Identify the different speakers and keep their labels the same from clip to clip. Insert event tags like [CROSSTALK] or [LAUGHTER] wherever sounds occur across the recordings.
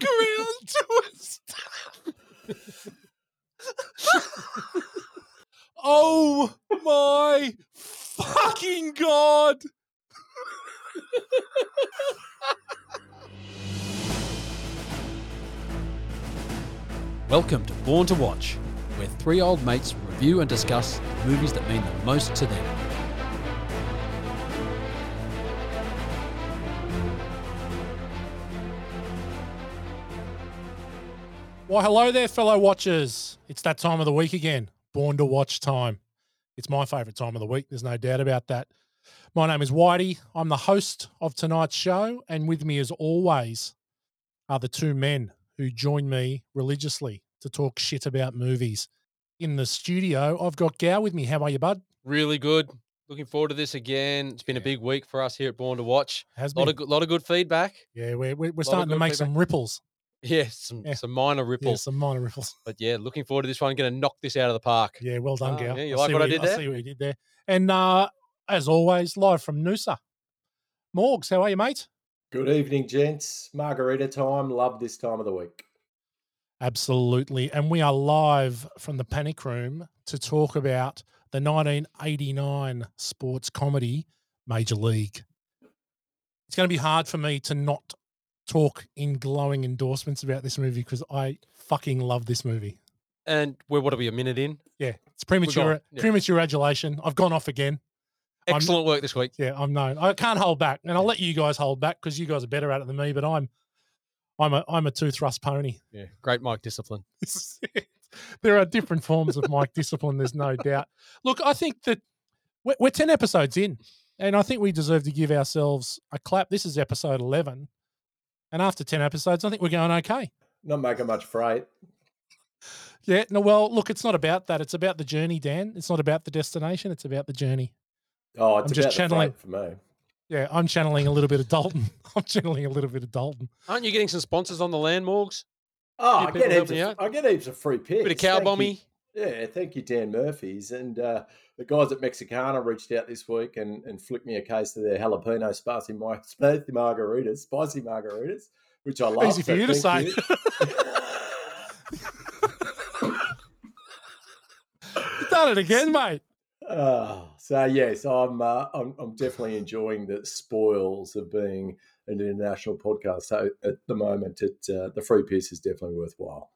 Speaker 1: Korean [LAUGHS] tourist. oh my fucking god! Welcome to Born to Watch, where three old mates review and discuss the movies that mean the most to them.
Speaker 2: Well, hello there, fellow watchers. It's that time of the week again, Born to Watch time. It's my favorite time of the week. There's no doubt about that. My name is Whitey. I'm the host of tonight's show. And with me, as always, are the two men who join me religiously to talk shit about movies. In the studio, I've got Gow with me. How are you, bud?
Speaker 3: Really good. Looking forward to this again. It's been a big week for us here at Born to Watch.
Speaker 2: Has
Speaker 3: A lot
Speaker 2: been.
Speaker 3: of good, lot of good feedback. [LAUGHS]
Speaker 2: yeah, we're, we're, we're
Speaker 3: of
Speaker 2: starting to
Speaker 3: good
Speaker 2: make
Speaker 3: feedback.
Speaker 2: some ripples.
Speaker 3: Yeah, some
Speaker 2: Yeah.
Speaker 3: some minor
Speaker 2: Yeah,
Speaker 3: ripples.
Speaker 2: some minor ripples.
Speaker 3: But yeah, looking forward to this one. Going to knock this out of the park.
Speaker 2: Yeah, well done,
Speaker 3: Ah,
Speaker 2: Gal.
Speaker 3: yeah, you like
Speaker 2: see
Speaker 3: what I
Speaker 2: you-
Speaker 3: did there?
Speaker 2: I see what you did there. And uh, as always, live from Noosa. Morgs, how are you, mate?
Speaker 4: Good evening, gents. Margarita time. Love this time of the week.
Speaker 2: Absolutely. And we are live from the panic room to talk about the 1989 sports comedy Major League. It's going to be hard for me to not talk in glowing endorsements about this movie because I fucking love this movie.
Speaker 3: And we're what are we a minute in?
Speaker 2: Yeah, it's premature,
Speaker 3: yeah.
Speaker 2: premature adulation. I've gone off again. I'm-
Speaker 3: Excellent work this week.
Speaker 2: Yeah, I'm known. I can't hold back, and I'll let you guys hold back because you guys are better at it than me. But I'm, I'm a, I'm a two thrust pony. [LAUGHS]
Speaker 3: Yeah, great mic discipline.
Speaker 2: This is it. there are different forms of mic discipline. There's no doubt. Look, I think that we're, we're ten episodes in, and I think we deserve to give ourselves a clap. This is episode eleven, and after ten episodes, I think we're going okay.
Speaker 4: Not making much freight.
Speaker 2: Yeah. No, well, look, it's not about that. It's about the journey, Dan. It's not about the destination. It's about the journey.
Speaker 4: Oh, it's
Speaker 2: I'm just
Speaker 4: about
Speaker 2: channeling-
Speaker 4: the freight for me.
Speaker 2: Yeah, I'm channeling a little bit of Dalton. [LAUGHS] I'm channeling a little bit of Dalton.
Speaker 3: Aren't you getting some sponsors on the land, Morgs?
Speaker 4: Oh,
Speaker 3: Few
Speaker 4: I
Speaker 3: people
Speaker 4: get, heaps
Speaker 3: helping you out.
Speaker 4: of, I get heaps of free picks.
Speaker 3: Bit of
Speaker 4: Thank
Speaker 3: cow
Speaker 4: you.
Speaker 3: bomby.
Speaker 4: Yeah, thank you, Dan Murphy's. And uh, the guys at Mexicana reached out this week and, and flicked me a case of their jalapeno spicy, mi- spicy margaritas, spicy margaritas, which I love.
Speaker 2: Easy for
Speaker 4: so
Speaker 2: you to say.
Speaker 4: thank
Speaker 2: Done it again, mate.
Speaker 4: Oh, so yes, I'm, uh, I'm I'm definitely enjoying the spoils of being an international podcast. So at the moment, it uh, the free piece is definitely worthwhile.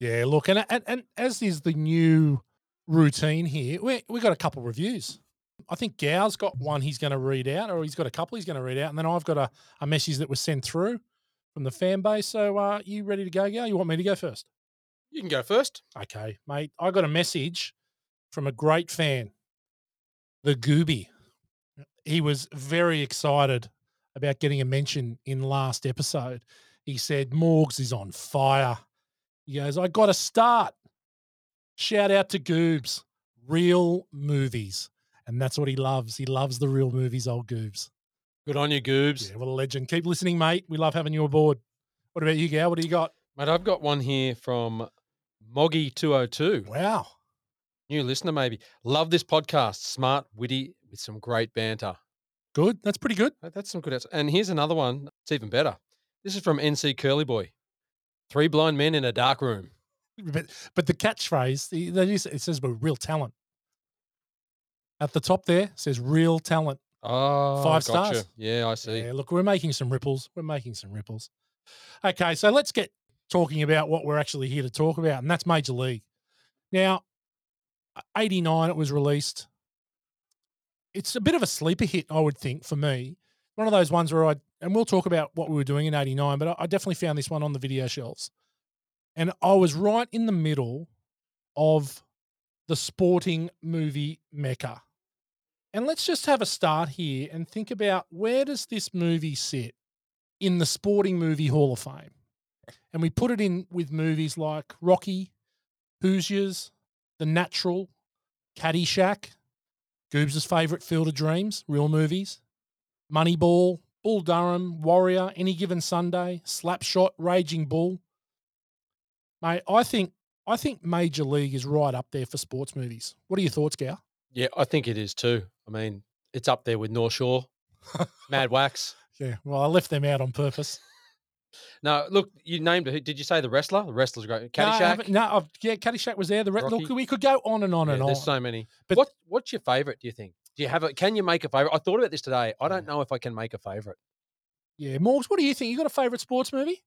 Speaker 2: Yeah, look, and and, and as is the new routine here, we we got a couple reviews. I think Gow's got one he's going to read out, or he's got a couple he's going to read out, and then I've got a, a message that was sent through from the fan base. So, uh, you ready to go, Gow? You want me to go first?
Speaker 3: You can go first.
Speaker 2: Okay, mate. I got a message from a great fan, the Gooby. He was very excited about getting a mention in last episode. He said, Morgs is on fire. He goes, I got to start. Shout out to Goobs, real movies. And that's what he loves. He loves the real movies, old Goobs.
Speaker 3: Good on you, Goobs.
Speaker 2: Yeah, what a legend. Keep listening, mate. We love having you aboard. What about you, Gal? What do you got?
Speaker 3: Mate, I've got one here from Moggy202.
Speaker 2: Wow.
Speaker 3: New listener, maybe. Love this podcast. Smart, witty, with some great banter.
Speaker 2: Good. That's pretty good.
Speaker 3: That- That's some good answer. And here's another one. It's even better. This is from NC Curly Boy. Three blind men in a dark room.
Speaker 2: But but the catchphrase the- they use- it says "we're real talent." At the top there says "real talent."
Speaker 3: Oh,
Speaker 2: Five
Speaker 3: gotcha.
Speaker 2: stars.
Speaker 3: Yeah, I see.
Speaker 2: Yeah, look, we're making some ripples. We're making some ripples. Okay, so let's get talking about what we're actually here to talk about, and that's Major League. Now, '89 it was released. It's a bit of a sleeper hit, I would think, for me. One of those ones where I and we'll talk about what we were doing in '89, but I, I definitely found this one on the video shelves, and I was right in the middle of the sporting movie mecca. And let's just have a start here and think about where does this movie sit in the sporting movie Hall of Fame? And we put it in with movies like Rocky, Hoosiers, The Natural, Caddyshack, Goobs' favorite Field of Dreams, real movies, Moneyball, Bull Durham, Warrior, Any Given Sunday, Slapshot, Raging Bull. Mate, I think I think Major League is right up there for sports movies. What are your thoughts, Gow?
Speaker 3: Yeah, I think it is too. I mean,
Speaker 2: [LAUGHS]
Speaker 3: it's up there with North Shore, Mad Wax.
Speaker 2: Yeah, well, I left them out on purpose.
Speaker 3: No, look, you named it. Did you say the wrestler? The wrestler's great.
Speaker 2: No, I haven't-
Speaker 3: Caddyshack.
Speaker 2: No, I've, yeah, Caddyshack was there. The re- look,
Speaker 3: Rocky.
Speaker 2: we could go on and on
Speaker 3: Yeah,
Speaker 2: and on.
Speaker 3: there's so many.
Speaker 2: But-
Speaker 3: what what's your favorite? Do you think? Do you have a? Can you make a favorite? I thought about this today. I don't know if I can make a favorite.
Speaker 2: yeah, Morgs, what do you think? You got a favourite sports movie?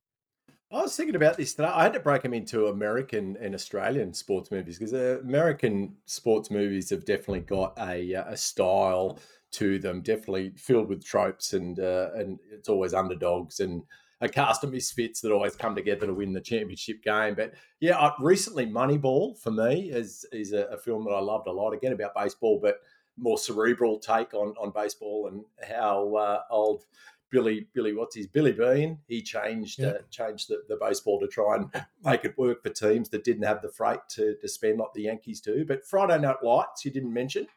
Speaker 4: I was thinking about this today. I had to break them into American and Australian sports movies because uh, American sports movies have definitely got a uh, a style to them, definitely filled with tropes, and uh, and it's always underdogs and a cast of misfits that always come together to win the championship game. But yeah, I, recently Moneyball for me is is a, a film that I loved a lot. Again about baseball, but more cerebral take on on baseball and how uh, old Billy Billy what's his Billy Bean. He changed
Speaker 2: Yeah.
Speaker 4: uh, changed the, the baseball to try and make it work for teams that didn't have the freight to, to spend like the Yankees do. But Friday Night Lights, you didn't mention.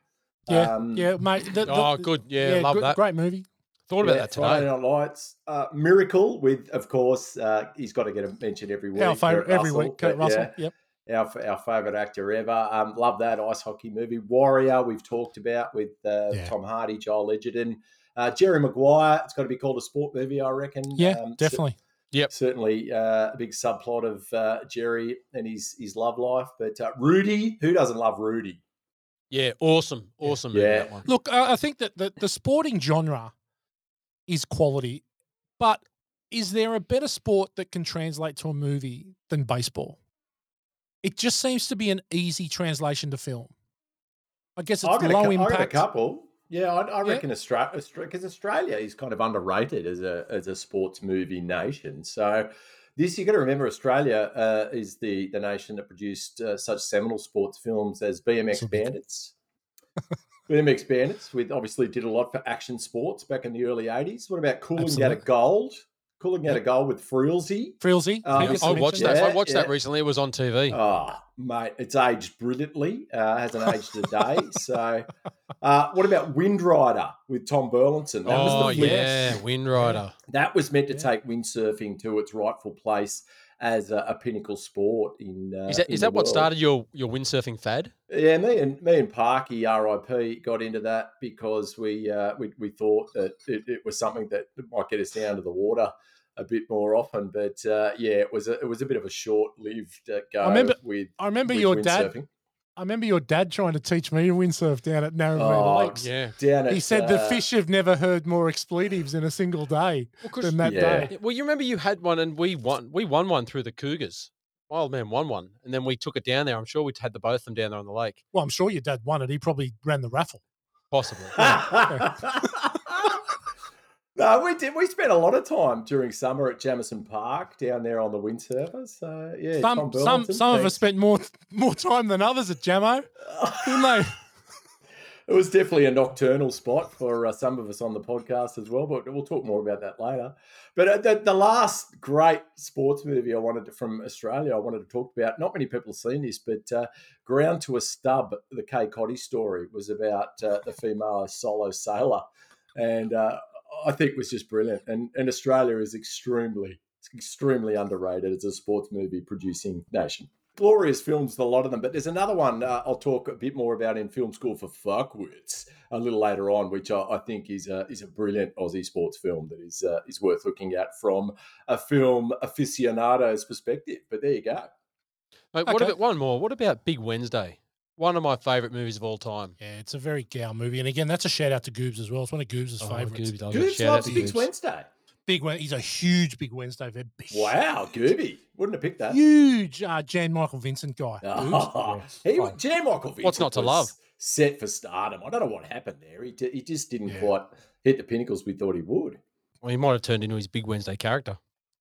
Speaker 2: Yeah,
Speaker 4: Um,
Speaker 2: yeah, mate. the- the-
Speaker 3: Mm. oh, good. Yeah, love
Speaker 2: good-
Speaker 3: that.
Speaker 2: Great movie.
Speaker 3: Thought about
Speaker 4: yeah,
Speaker 3: that
Speaker 4: Friday
Speaker 3: today.
Speaker 4: Night Lights, uh, Miracle with, of course, uh, he's got to get a mention every week.
Speaker 2: Our favourite
Speaker 4: Kurt
Speaker 2: every
Speaker 4: Russell,
Speaker 2: week, Kurt
Speaker 4: but
Speaker 2: Russell.
Speaker 4: yeah,
Speaker 2: Yep.
Speaker 4: our, f- our favorite actor ever. Um, love that ice hockey movie. Warrior, we've talked about with uh,
Speaker 2: Yeah.
Speaker 4: Tom Hardy, Joel Edgerton, uh, Jerry Maguire. It's got to be called a sport movie, I reckon.
Speaker 2: Yeah,
Speaker 4: Um, cer-
Speaker 2: definitely.
Speaker 4: certainly uh, a big subplot of uh, Jerry and his his love life. But uh, Rudy, who doesn't love Rudy?
Speaker 3: Yeah, awesome, awesome. movie,
Speaker 4: Yeah.
Speaker 3: that one.
Speaker 2: Look, I, I think that the, the sporting genre is quality, but is there a better sport that can translate to a movie than baseball? It just seems to be an easy translation to film. I guess it's
Speaker 4: I've got, a,
Speaker 2: low
Speaker 4: cou- I've got a
Speaker 2: impact.
Speaker 4: couple. Yeah, I, I
Speaker 2: Yeah.
Speaker 4: reckon Australia because Australia is kind of underrated as a as a sports movie nation. So this you got to remember Australia uh, is the the nation that produced uh, such seminal sports films as BMX
Speaker 2: So big.
Speaker 4: Bandits. [LAUGHS] BMX Bandits, with obviously did a lot for action sports back in the early '80s. What about Cooling Out
Speaker 2: Absolutely.
Speaker 4: of Gold? Cooling Out of Gold with Frilsey.
Speaker 2: Frilzy.
Speaker 4: Um,
Speaker 2: biggest
Speaker 3: I
Speaker 4: Some
Speaker 3: watched
Speaker 2: mention.
Speaker 3: that. I
Speaker 4: yeah,
Speaker 3: watched that
Speaker 4: yeah.
Speaker 3: recently. It was on TV.
Speaker 4: Oh, mate, it's aged brilliantly. Uh, hasn't aged a day. so, uh, what about Wind Rider with Tom Burlinson? That
Speaker 3: oh
Speaker 4: was the flick.
Speaker 3: yeah, Wind Rider.
Speaker 4: that was meant to
Speaker 2: Yeah.
Speaker 4: take windsurfing to its rightful place as a, a pinnacle sport in. Uh,
Speaker 3: Is that
Speaker 4: in
Speaker 3: is
Speaker 4: the
Speaker 3: that what
Speaker 4: world.
Speaker 3: started your your windsurfing fad?
Speaker 4: Yeah, me and me and Parky RIP got into that because we uh, we, we thought that it, it was something that might get us down to the water a bit more often. But uh, yeah, it was a, it was a bit of a short lived uh, go.
Speaker 2: remember-
Speaker 4: with
Speaker 2: I remember
Speaker 4: with
Speaker 2: your dad.
Speaker 4: windsurfing.
Speaker 2: I remember your dad trying to teach me to windsurf down at Narrabeen
Speaker 4: Oh,
Speaker 2: Lakes.
Speaker 3: Yeah.
Speaker 4: down
Speaker 2: He
Speaker 4: at,
Speaker 2: said the
Speaker 4: uh, [LAUGHS]
Speaker 2: fish have never heard more expletives in a single day
Speaker 3: Well, 'cause-
Speaker 2: than that
Speaker 4: Yeah.
Speaker 2: day.
Speaker 3: yeah, well, you remember you had one, and we won. We won one through the Cougars. Wild man won one, and then we took it down there. I'm sure we had the both of them down there on the lake,
Speaker 2: Well, I'm sure your dad won it. He probably ran the raffle.
Speaker 3: [LAUGHS] possibly.
Speaker 4: no, we did. We spent a lot of time during summer at Jamison Park down there on the windsurfer. So yeah,
Speaker 2: some
Speaker 4: Tom
Speaker 2: some
Speaker 4: Burlington,
Speaker 2: some of us
Speaker 4: thanks.
Speaker 2: spent more more time than others at Jamo,
Speaker 4: [LAUGHS]
Speaker 2: didn't they?
Speaker 4: it was definitely a nocturnal spot for uh, some of us on the podcast as well. But we'll talk more about that later. But uh, the, the last great sports movie I wanted to, from Australia, I wanted to talk about. Not many people have seen this, but uh, Ground to a Stub, the Kay Coddy story, was about uh, the female solo sailor, and uh, I think was just brilliant. And and Australia is extremely extremely underrated as a sports movie producing nation. Glorious films, a lot of them, but there's another one uh, I'll talk a bit more about in film school for fuckwits a little later on, which I, I think is a, is a brilliant Aussie sports film that is uh, is worth looking at from a film aficionado's perspective. But there you go.
Speaker 3: Mate, what
Speaker 2: Okay.
Speaker 3: about one more? What about Big Wednesday? One of my favorite movies of all time.
Speaker 2: [LAUGHS] Yeah, it's a very Gow movie, and again, that's a shout out to Goobs as well. It's one of Oh, Goobs' favorites.
Speaker 3: Goobs, I'll give a
Speaker 4: Goobs
Speaker 3: Oh, shout out
Speaker 4: loves
Speaker 3: to
Speaker 4: Big
Speaker 3: Goobs.
Speaker 4: Wednesday.
Speaker 2: Big, Wen- he's a huge Big Wednesday fan. Big-
Speaker 4: Wow, Gooby wouldn't have picked that.
Speaker 2: huge uh, Jan Michael Vincent guy. Goobs.
Speaker 4: Oh, [LAUGHS] he,
Speaker 3: Oh.
Speaker 4: Jan Michael Vincent
Speaker 3: What's not to
Speaker 4: was
Speaker 3: love?
Speaker 4: Set for stardom. I don't know what happened there. He, d- he just didn't
Speaker 2: Yeah.
Speaker 4: quite hit the pinnacles we thought he would.
Speaker 3: Well, he might have turned into his Big Wednesday character.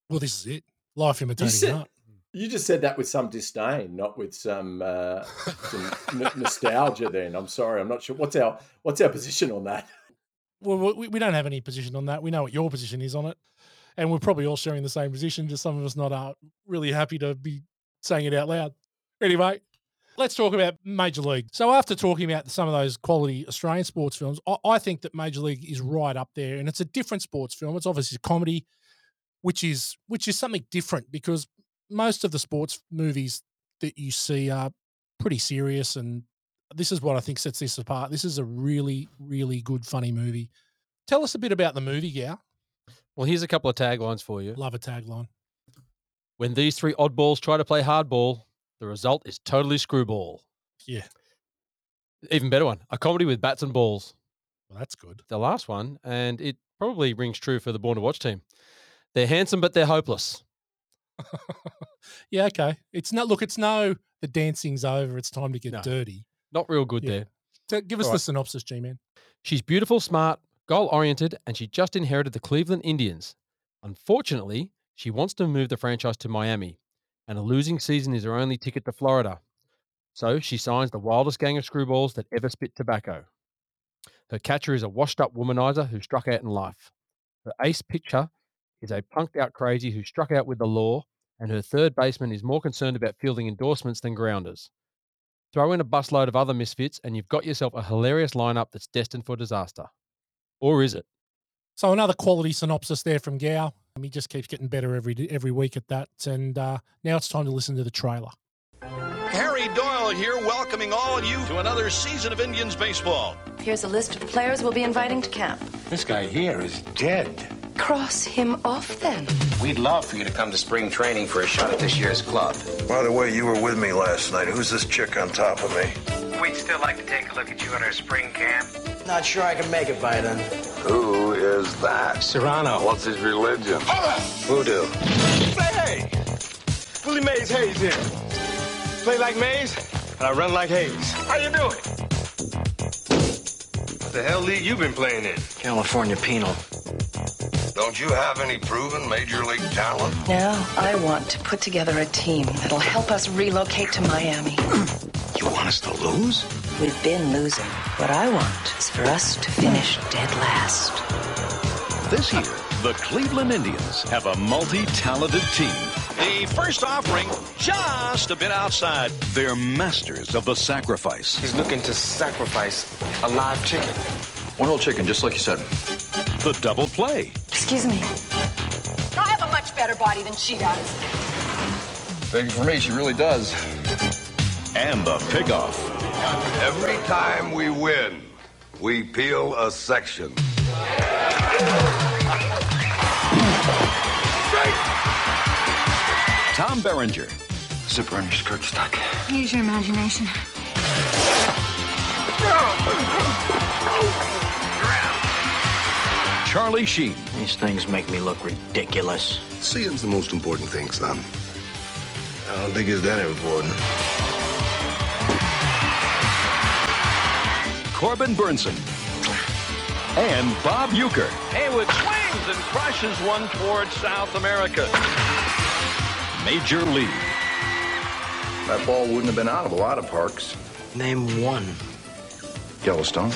Speaker 2: Well, this is it. Life imitating
Speaker 4: said-
Speaker 2: [LAUGHS] art.
Speaker 4: You just said that with some disdain, not with some, uh, some n- nostalgia. Then I'm sorry, I'm not sure what's our what's our position on that.
Speaker 2: Well, we, we don't have any position on that. We know what your position is on it, and we're probably all sharing the same position. Just some of us not are really happy to be saying it out loud. Anyway, let's talk about Major League. So after talking about some of those quality Australian sports films, I, I think that Major League is right up there, and it's a different sports film. It's obviously a comedy, which is which is something different because most of the sports movies that you see are pretty serious and this is what I think sets this apart. This is a really, really good, funny movie. Tell us a bit about the movie, yeah.
Speaker 3: Well, here's a couple of taglines for you.
Speaker 2: Love a tagline.
Speaker 3: When these three oddballs try to play hardball, the result is totally screwball.
Speaker 2: Yeah.
Speaker 3: Even better one, a comedy with bats and balls.
Speaker 2: Well, that's good.
Speaker 3: The last one, and it probably rings true for the Born to Watch team. They're handsome, but they're hopeless.
Speaker 2: Yeah, okay. It's not look, it's no the dancing's over, it's time to get
Speaker 3: No.
Speaker 2: dirty.
Speaker 3: Not real good
Speaker 2: Yeah.
Speaker 3: there.
Speaker 2: So give us
Speaker 3: All
Speaker 2: the
Speaker 3: right.
Speaker 2: synopsis, G Man.
Speaker 3: She's beautiful, smart, goal oriented, and she just inherited the Cleveland Indians. Unfortunately, she wants to move the franchise to Miami, and a losing season is her only ticket to Florida. So she signs the wildest gang of screwballs that ever spit tobacco. Her catcher is a washed up womanizer who struck out in life. Her ace pitcher is a punked out crazy who struck out with the law, and her third baseman is more concerned about fielding endorsements than grounders. Throw in a busload of other misfits, and you've got yourself a hilarious lineup that's destined for disaster. Or is it?
Speaker 2: So another quality synopsis there from Gao. He just keeps getting better every d- every week at that. And uh, now it's time to listen to the trailer.
Speaker 5: Harry Doyle here, welcoming all of you to another season of Indians baseball.
Speaker 6: Here's a list of players we'll be inviting to camp.
Speaker 7: This guy here is dead.
Speaker 6: Cross him off then.
Speaker 7: We'd love for you to come to spring training for a shot at this year's club.
Speaker 8: By the way, you were with me last night. Who's this chick on top of me?
Speaker 9: We'd still like to take a look at you in our spring camp.
Speaker 7: Not sure I can make it by then.
Speaker 8: Who is that?
Speaker 7: Serrano.
Speaker 8: What's his religion?
Speaker 7: Voodoo.
Speaker 9: Hey, hey! Willie Mays Hayes here. Play like Mays, and I run like Hayes. How you doing? What the hell league you been playing in?
Speaker 7: California penal.
Speaker 8: Don't you have any proven major league talent?
Speaker 6: Now I want to put together a team that'll help us relocate to Miami.
Speaker 7: You want us to lose?
Speaker 6: We've been losing. What I want is for us to finish dead last.
Speaker 5: This year, the Cleveland Indians have a multi talented team. The first offering just a bit outside. They're masters of the sacrifice.
Speaker 7: He's looking to sacrifice a live chicken.
Speaker 8: One whole chicken, just like you said.
Speaker 5: The double play.
Speaker 6: Excuse me.
Speaker 10: I have a much better body than she does.
Speaker 8: Begging for me, she really does.
Speaker 5: And the pickoff.
Speaker 8: Every time we win, we peel a section.
Speaker 5: Tom Berenger.
Speaker 7: Zipper on your skirt stuck.
Speaker 10: Use your imagination.
Speaker 5: Charlie Sheen.
Speaker 7: These things make me look ridiculous.
Speaker 8: Seeing's the most important thing, son. I don't think it's that important.
Speaker 5: Corbin Burnson. And Bob Euchre. Haywood swings and crushes one towards South America. Major League.
Speaker 8: That ball wouldn't have been out of a lot of parks.
Speaker 7: Name one.
Speaker 8: Yellowstone.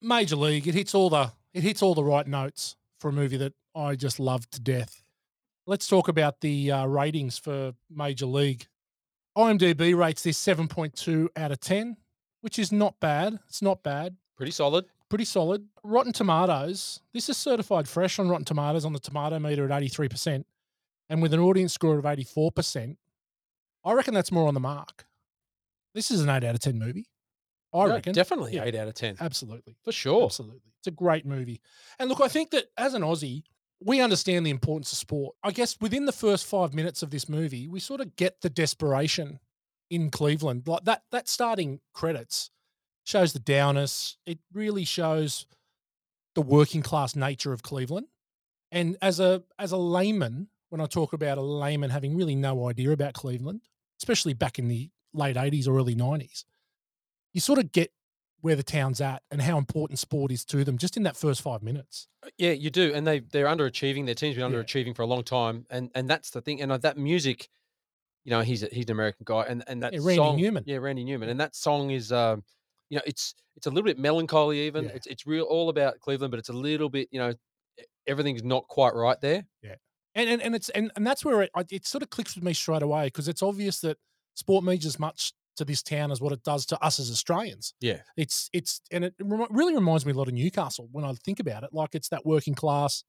Speaker 2: Major League, it hits all the it hits all the right notes for a movie that I just love to death. Let's talk about the uh, ratings for Major League. IMDb rates this 7.2 out of 10, which is not bad. It's not bad.
Speaker 3: Pretty solid.
Speaker 2: pretty solid. Rotten Tomatoes. This is certified fresh on Rotten Tomatoes on the tomato meter at 83%, and with an audience score of 84%. I reckon that's more on the mark. This is an 8 out of 10 movie. I
Speaker 3: No,
Speaker 2: reckon.
Speaker 3: Definitely
Speaker 2: Yeah.
Speaker 3: 8 out of 10.
Speaker 2: Absolutely.
Speaker 3: Uh, For sure.
Speaker 2: Absolutely. It's a great movie. And look, I think that as an Aussie, we understand the importance of sport. I guess within the first five minutes of this movie, we sort of get the desperation in Cleveland. Like that that starting credits shows the downers. It really shows the working class nature of Cleveland. And as a as a layman, when I talk about a layman having really no idea about Cleveland, especially back in the late 80s or early 90s, you sort of get where the town's at and how important sport is to them just in that first five minutes.
Speaker 3: Yeah, you do, and they they're underachieving. Their team's been
Speaker 2: Yeah.
Speaker 3: underachieving for a long time, and and that's the thing. And uh, that music, you know, he's a, he's an American guy, and and that
Speaker 2: Yeah, Randy
Speaker 3: song,
Speaker 2: Newman.
Speaker 3: yeah, Randy Newman, and that song is, um, you know, it's it's a little bit melancholy. Even
Speaker 2: Yeah.
Speaker 3: it's it's real all about Cleveland, but it's a little bit, you know, e- everything's not quite right there.
Speaker 2: And and, and it's and, and that's where it, I- it sort of clicks with me straight away because it's obvious that sport means as much to this town as what it does to us as Australians.
Speaker 3: Yeah.
Speaker 2: It's it's and it remi- really reminds me a lot of Newcastle when I think about it. Like it's that working class,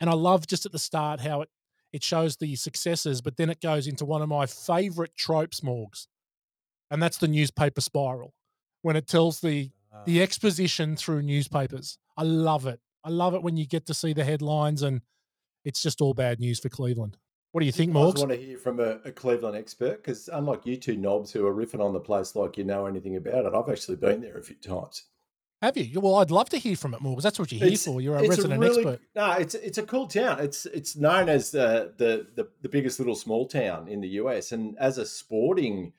Speaker 2: and I love just at the start how it it shows the successes, but then it goes into one of my favorite tropes, Morgs, and that's the newspaper spiral when it tells the the exposition through newspapers. I love it. I love it when you get to see the headlines and it's just all bad news for Cleveland. What do you think,
Speaker 4: I
Speaker 2: Morgs?
Speaker 4: just want to hear from a, a Cleveland expert because, unlike you two knobs who are riffing on the place like you know anything about it, I've actually been there a few times.
Speaker 2: Have you? Well, I'd love to hear from it, Morgs. That's what you're here
Speaker 4: It's-
Speaker 2: for. You're a
Speaker 4: it's
Speaker 2: resident
Speaker 4: really-
Speaker 2: expert.
Speaker 4: No, it's it's a cool town. It's it's known as the the the, the biggest little small town in the US, and as a sporting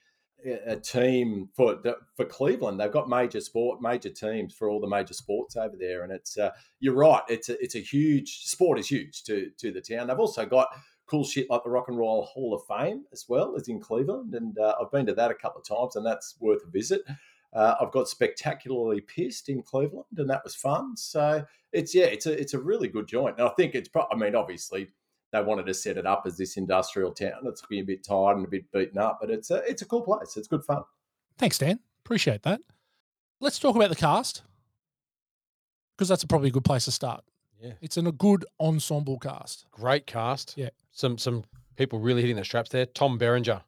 Speaker 4: uh, a team for the- for Cleveland, they've got major sport, major teams for all the major sports over there. And it's uh, you're right. It's a, it's a huge sport is huge to to the town. They've also got cool shit like the Rock and Roll Hall of Fame as well is in Cleveland, and uh, I've been to that a couple of times, and that's worth a visit. Uh, I've got spectacularly pissed in Cleveland, and that was fun. So it's yeah, it's a it's a really good joint, and I think it's. Pro- I mean, obviously they wanted to set it up as this industrial town. It's been a bit tired and a bit beaten up, but it's a it's a cool place. It's good fun.
Speaker 2: Thanks, Dan. Appreciate that. Let's talk about the cast because that's probably a good place to start.
Speaker 3: Yeah.
Speaker 2: It's in a good ensemble cast.
Speaker 3: Great cast.
Speaker 2: Yeah.
Speaker 3: Some some people really hitting their straps there. Tom Berenger,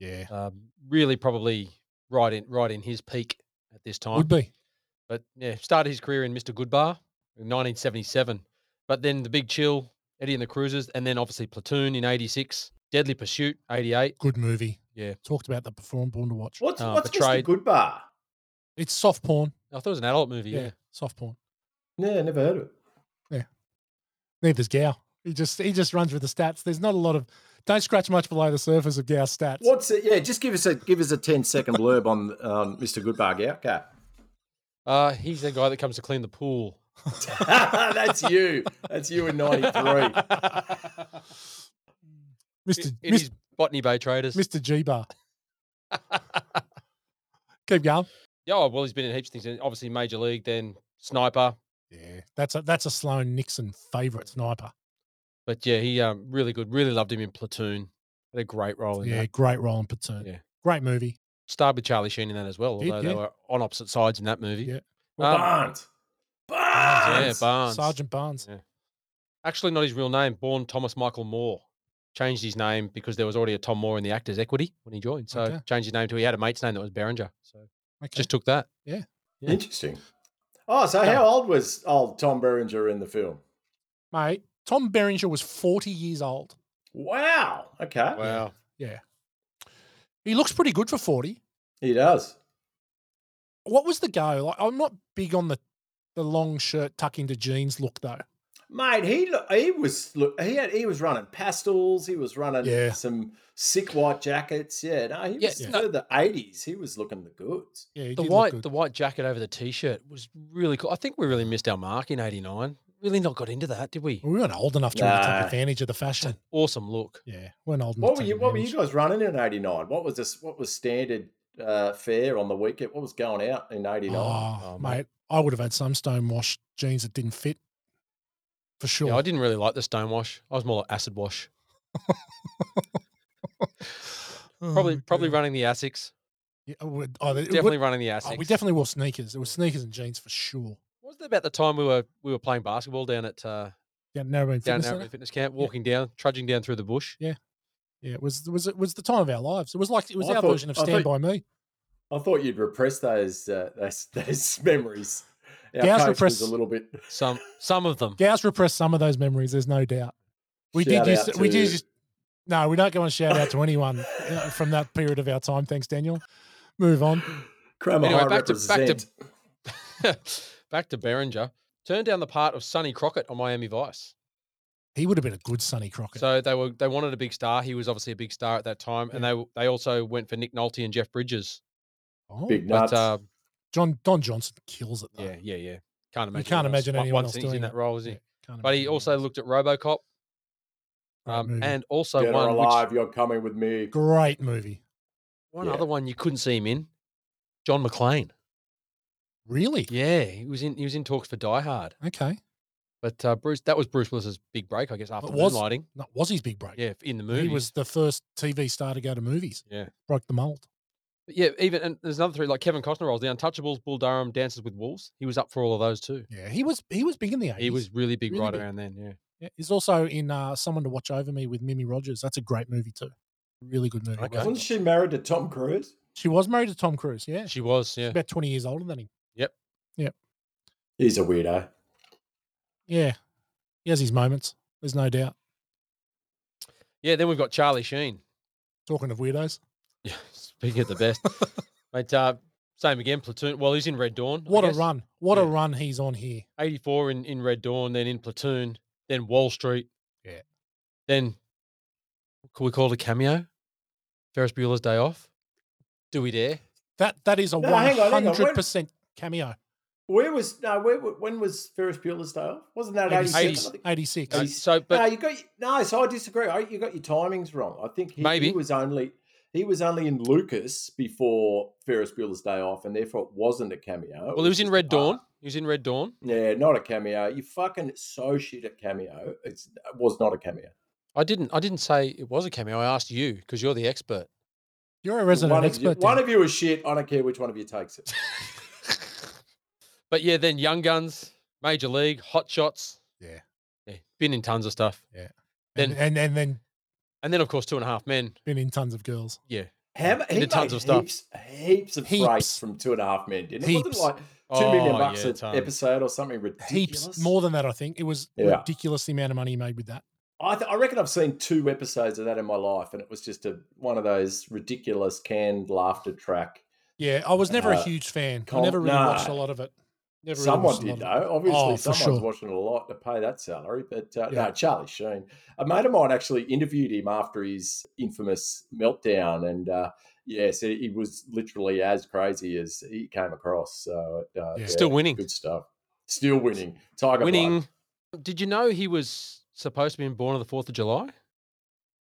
Speaker 2: Yeah.
Speaker 3: um, really probably right in right in his peak at this time.
Speaker 2: Would be.
Speaker 3: But yeah, started his career in Mr. Goodbar in 1977. But then The Big Chill, Eddie and the Cruisers, and then obviously Platoon in 86, Deadly Pursuit, 88.
Speaker 2: Good movie.
Speaker 3: Yeah.
Speaker 2: Talked about that before on Born to Watch.
Speaker 4: What's
Speaker 3: Uh,
Speaker 4: what's Mr.
Speaker 3: Betrayed.
Speaker 4: Good Bar?
Speaker 2: It's soft porn.
Speaker 3: I thought it was an adult movie. Yeah.
Speaker 2: Yeah. Soft porn.
Speaker 4: Yeah, never heard of it.
Speaker 2: Neither's Gow. He just he just runs with the stats. There's not a lot of don't scratch much below the surface of Gow's stats.
Speaker 4: What's it? Yeah, just give us a give us a 10 second blurb on um, Mr. Goodbar Gowcat.
Speaker 3: Uh, he's the guy that comes to clean the pool.
Speaker 4: [LAUGHS] That's you. That's you
Speaker 3: [LAUGHS]
Speaker 4: in '93.
Speaker 3: Um,
Speaker 2: Mr.
Speaker 3: It is Botany Bay Traders.
Speaker 2: Mr. G Bar. Keep going.
Speaker 3: [LAUGHS] Yeah, oh, well, he's been in heaps of things. and Obviously, Major League, then Sniper.
Speaker 2: Yeah. That's a that's a Sloan Nixon favourite sniper.
Speaker 3: But yeah, he um, really good. Really loved him in Platoon. Had a great role in
Speaker 2: Yeah,
Speaker 3: that.
Speaker 2: great role in platoon.
Speaker 3: Yeah.
Speaker 2: Great movie.
Speaker 3: Starred with Charlie Sheen in that as well,
Speaker 2: Did,
Speaker 3: although they
Speaker 2: yeah.
Speaker 3: were on opposite sides in that movie.
Speaker 2: Yeah.
Speaker 3: Um,
Speaker 4: Barnes. Barnes.
Speaker 3: Yeah, Barnes.
Speaker 2: Sergeant Barnes.
Speaker 3: Actually, not his real name. Born Thomas Michael Moore. Changed his name because there was already a Tom Moore in the Actors Equity when he joined. So
Speaker 2: Okay.
Speaker 3: changed his name to he had a mate's name that was Berenger. So
Speaker 2: Okay.
Speaker 3: just took that. Yeah.
Speaker 4: Interesting. Oh, so how old was old Tom Berenger in the film?
Speaker 2: Mate, Tom Berenger was 40 years old.
Speaker 4: Wow. Okay.
Speaker 3: Wow.
Speaker 2: He looks pretty good for 40.
Speaker 4: He does.
Speaker 2: What was the go? Like I'm not big on the the long shirt tuck into jeans look though.
Speaker 4: Mate, he lo- he was look he had he was running pastels, he was running
Speaker 2: Yeah.
Speaker 4: some sick white jackets. Yeah, no, he
Speaker 3: Yeah,
Speaker 4: was
Speaker 3: no.
Speaker 4: through the eighties. He was looking the goods.
Speaker 2: Yeah, he did
Speaker 3: The
Speaker 2: look
Speaker 3: white
Speaker 2: good.
Speaker 3: the white jacket over the t shirt was really cool. I think we really missed our mark in eighty nine. Really not got into that, did we?
Speaker 2: we weren't old enough to really
Speaker 4: Nah.
Speaker 2: take advantage of the
Speaker 3: [LAUGHS]
Speaker 2: fashion.
Speaker 3: Awesome look.
Speaker 2: Yeah, weren't old enough.
Speaker 4: What
Speaker 2: to
Speaker 4: were
Speaker 2: take
Speaker 4: you what were you
Speaker 2: advantage.
Speaker 4: guys running in eighty nine? What was this what was standard uh fare on the weekend? What was going out in eighty nine?
Speaker 2: Oh, mate, I would have had some stonewashed jeans that didn't fit for sure.
Speaker 3: Yeah, I didn't really like the stonewash. I was more like acid wash. Probably
Speaker 2: Oh,
Speaker 3: probably
Speaker 2: God.
Speaker 3: running the Asics.
Speaker 2: Yeah, I would- oh, they- it would-
Speaker 3: Definitely running the
Speaker 2: oh,
Speaker 3: Asics.
Speaker 2: we definitely wore sneakers. It was sneakers and jeans for sure.
Speaker 3: Wasn't it about the time we were we were playing basketball down at uh,
Speaker 2: Yeah, Narrowband
Speaker 3: down
Speaker 2: Fitness
Speaker 3: at
Speaker 2: Center.
Speaker 3: the fitness camp, walking down, trudging down through the bush?
Speaker 2: Yeah, it was it was it was the time of our lives. It was like it was
Speaker 4: I
Speaker 2: our
Speaker 4: thought-
Speaker 2: version of
Speaker 4: I thought-
Speaker 2: Stand by Me.
Speaker 4: I thought you'd repress those uh, those, [LAUGHS] those memories. Our
Speaker 2: Gaz
Speaker 4: coach
Speaker 2: repressed-
Speaker 4: was a little bit
Speaker 3: Some some of them.
Speaker 2: Gauss repressed some of those memories. There's no doubt. We did
Speaker 4: Shout
Speaker 2: use
Speaker 4: out
Speaker 2: we did
Speaker 4: to-
Speaker 2: use, no, we don't go and shout out to anyone uh, from that period of our time. Thanks, Daniel. Move on.
Speaker 4: Kramer
Speaker 3: Anyway,
Speaker 4: High
Speaker 3: back to- back to-
Speaker 4: represent.
Speaker 3: [LAUGHS] Back to Berenger. Turned down the part of Sonny Crockett on Miami Vice.
Speaker 2: He would have been a good Sonny Crockett.
Speaker 3: So they were they wanted a big star. He was obviously a big star at that time, and they they also went for Nick Nolte and Jeff Bridges.
Speaker 2: Oh,
Speaker 4: Big
Speaker 3: But
Speaker 4: nuts.
Speaker 3: uh,
Speaker 2: John Don Johnson kills it though.
Speaker 3: yeah, yeah, yeah. Can't imagine.
Speaker 2: can't
Speaker 3: anyone else-
Speaker 2: imagine
Speaker 3: on-
Speaker 2: anyone
Speaker 3: once
Speaker 2: else
Speaker 3: he's
Speaker 2: doing
Speaker 3: in
Speaker 2: that.
Speaker 3: that role, is he?
Speaker 2: Yeah, can't
Speaker 3: But he
Speaker 2: imagine
Speaker 3: also
Speaker 2: anyone else.
Speaker 3: looked at RoboCop,
Speaker 2: Great
Speaker 3: um,
Speaker 2: movie.
Speaker 3: and also
Speaker 4: Dead or
Speaker 3: one which,
Speaker 4: alive, you're coming with me.
Speaker 2: great movie.
Speaker 3: one
Speaker 4: Yeah.
Speaker 3: other one you couldn't see him in. John McClane.
Speaker 2: Really?
Speaker 3: Yeah, he was in he was in talks for Die Hard,
Speaker 2: Okay.
Speaker 3: but uh, Bruce that was Bruce Willis's big break, I guess, after
Speaker 2: was-
Speaker 3: Moonlighting.
Speaker 2: That was his big break.
Speaker 3: Yeah, in the
Speaker 2: he
Speaker 3: movie.
Speaker 2: was the first TV star to go to movies.
Speaker 3: Yeah.
Speaker 2: Broke the mold.
Speaker 3: But yeah, even and there's another three like Kevin Costner roles, The Untouchables, Bull Durham, Dances with Wolves. He was up for all of those too.
Speaker 2: Yeah. He was he was big in the 80s.
Speaker 3: He was really big
Speaker 2: really
Speaker 3: right
Speaker 2: big.
Speaker 3: around then. Yeah,
Speaker 2: Yeah, he's also in uh, Someone to Watch Over Me with Mimi Rogers. That's a great movie too. Really good movie.
Speaker 3: Okay.
Speaker 4: Wasn't she married to Tom Cruise?
Speaker 2: She was married to Tom Cruise. Yeah.
Speaker 3: she was. Yeah,
Speaker 2: About 20 years older than him.
Speaker 3: Yep.
Speaker 2: Yep.
Speaker 4: He's a weirdo.
Speaker 2: Yeah. He has his moments. There's no doubt.
Speaker 3: Yeah, then we've got Charlie Sheen. [LAUGHS]
Speaker 2: Talking of weirdos.
Speaker 3: Yeah, speaking of the [LAUGHS] best, mate. Uh, same again, Platoon. Well, he's in Red Dawn. I
Speaker 2: What a
Speaker 3: guess.
Speaker 2: run. What a
Speaker 3: Yeah.
Speaker 2: run he's on here.
Speaker 3: 84 in, in Red Dawn, then in Platoon, then Wall Street.
Speaker 2: Yeah.
Speaker 3: Then, could we call it a cameo? Ferris Bueller's Day Off? Do we dare?
Speaker 2: That that is a
Speaker 4: No,
Speaker 2: one
Speaker 4: hang on, hang on.
Speaker 2: hundred percent cameo.
Speaker 4: Where was no? Where when was Ferris Bueller's Day Off? Wasn't that eighty
Speaker 2: 86.
Speaker 4: six?
Speaker 3: 86.
Speaker 2: Eighty six.
Speaker 3: Uh,
Speaker 4: He's-
Speaker 3: so,
Speaker 4: no,
Speaker 3: but
Speaker 4: you got no. So I disagree. I, you got your timings wrong. I think he,
Speaker 3: Maybe.
Speaker 4: he was only he was only in Lucas before Ferris Bueller's Day Off, and therefore it wasn't a cameo.
Speaker 3: well, he was in
Speaker 4: just
Speaker 3: Red
Speaker 4: part.
Speaker 3: Dawn. He was in Red Dawn.
Speaker 4: Yeah, not a cameo. You fucking so shit at cameo. It's, it was not a cameo.
Speaker 3: I didn't. I didn't say it was a cameo. I asked you because you're the expert.
Speaker 2: You're a resident
Speaker 4: one
Speaker 2: expert.
Speaker 4: Of you, one
Speaker 2: Dan.
Speaker 4: of you is shit. I don't care which one of you takes
Speaker 3: [LAUGHS]
Speaker 4: it.
Speaker 3: But yeah, then Young Guns, Major League, Hot Shots.
Speaker 2: Yeah.
Speaker 3: yeah been in tons of stuff,
Speaker 2: and, and and then
Speaker 3: and then of course Two and a Half Men.
Speaker 2: been in tons of girls.
Speaker 3: Yeah.
Speaker 4: How, ma- he
Speaker 3: Did tons
Speaker 4: made
Speaker 3: of stuff.
Speaker 4: Heaps, heaps of freight
Speaker 2: Heaps.
Speaker 4: from Two and a Half Men. Didn't it? it
Speaker 2: Heaps.
Speaker 4: wasn't like two million
Speaker 3: Oh,
Speaker 4: bucks
Speaker 3: yeah,
Speaker 4: an
Speaker 3: tons.
Speaker 4: episode or something ridiculous.
Speaker 2: Heaps more than that, I think. It was
Speaker 4: Yeah.
Speaker 2: ridiculous the amount of money he made with that.
Speaker 4: I, th- I reckon I've seen two episodes of that in my life, and it was just a one of those ridiculous canned laughter track.
Speaker 2: Yeah, I was never a
Speaker 4: Uh,
Speaker 2: huge fan. I
Speaker 4: Col-
Speaker 2: never really
Speaker 4: nah.
Speaker 2: watched a lot of it. Never really
Speaker 4: Someone
Speaker 2: watched a
Speaker 4: did
Speaker 2: lot of
Speaker 4: though. Obviously,
Speaker 2: Oh, for sure.
Speaker 4: someone's watching a lot to pay that salary. But uh,
Speaker 2: Yeah.
Speaker 4: no, Charlie Sheen. A mate of mine actually interviewed him after his infamous meltdown, and uh, yes, he he was literally as crazy as he came across. So uh,
Speaker 2: Yeah.
Speaker 3: Still winning.
Speaker 4: Good stuff. Still winning. Tiger blood.
Speaker 3: Winning. Did you know he was supposed to be in Born on the Fourth of July?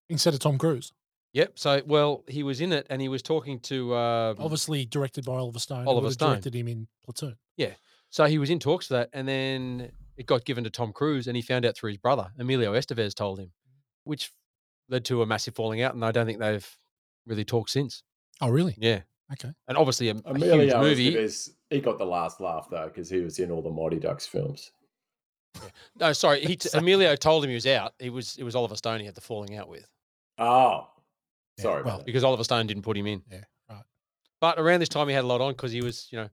Speaker 2: it. Instead of Tom Cruise,
Speaker 3: Yep. So, well, he was in it, and he was talking to. Uh,
Speaker 4: Hmm.
Speaker 2: obviously directed by Oliver Stone. who
Speaker 3: Oliver
Speaker 2: would've
Speaker 3: Stone.
Speaker 2: directed him in Platoon.
Speaker 3: so he was in talks for that, and then it got given to Tom Cruise, and he found out through his brother Emilio Estevez told him, which led to a massive falling out, and I don't think they've really talked since.
Speaker 2: Oh, really?
Speaker 3: Yeah,
Speaker 2: Okay.
Speaker 3: and obviously a, a huge
Speaker 4: Emilio
Speaker 3: movie.
Speaker 4: Estevez, he got the last laugh though because he was in all the Mighty Ducks films.
Speaker 3: No, sorry, he
Speaker 4: [LAUGHS]
Speaker 3: t- Emilio told him he was out. He was it was Oliver Stone he had the falling out with
Speaker 4: Oh,
Speaker 2: Yeah,
Speaker 4: sorry.
Speaker 2: well,
Speaker 4: about that.
Speaker 3: because Oliver Stone didn't put him in.
Speaker 2: Yeah, right.
Speaker 3: But around this time, he had a lot on because he was you know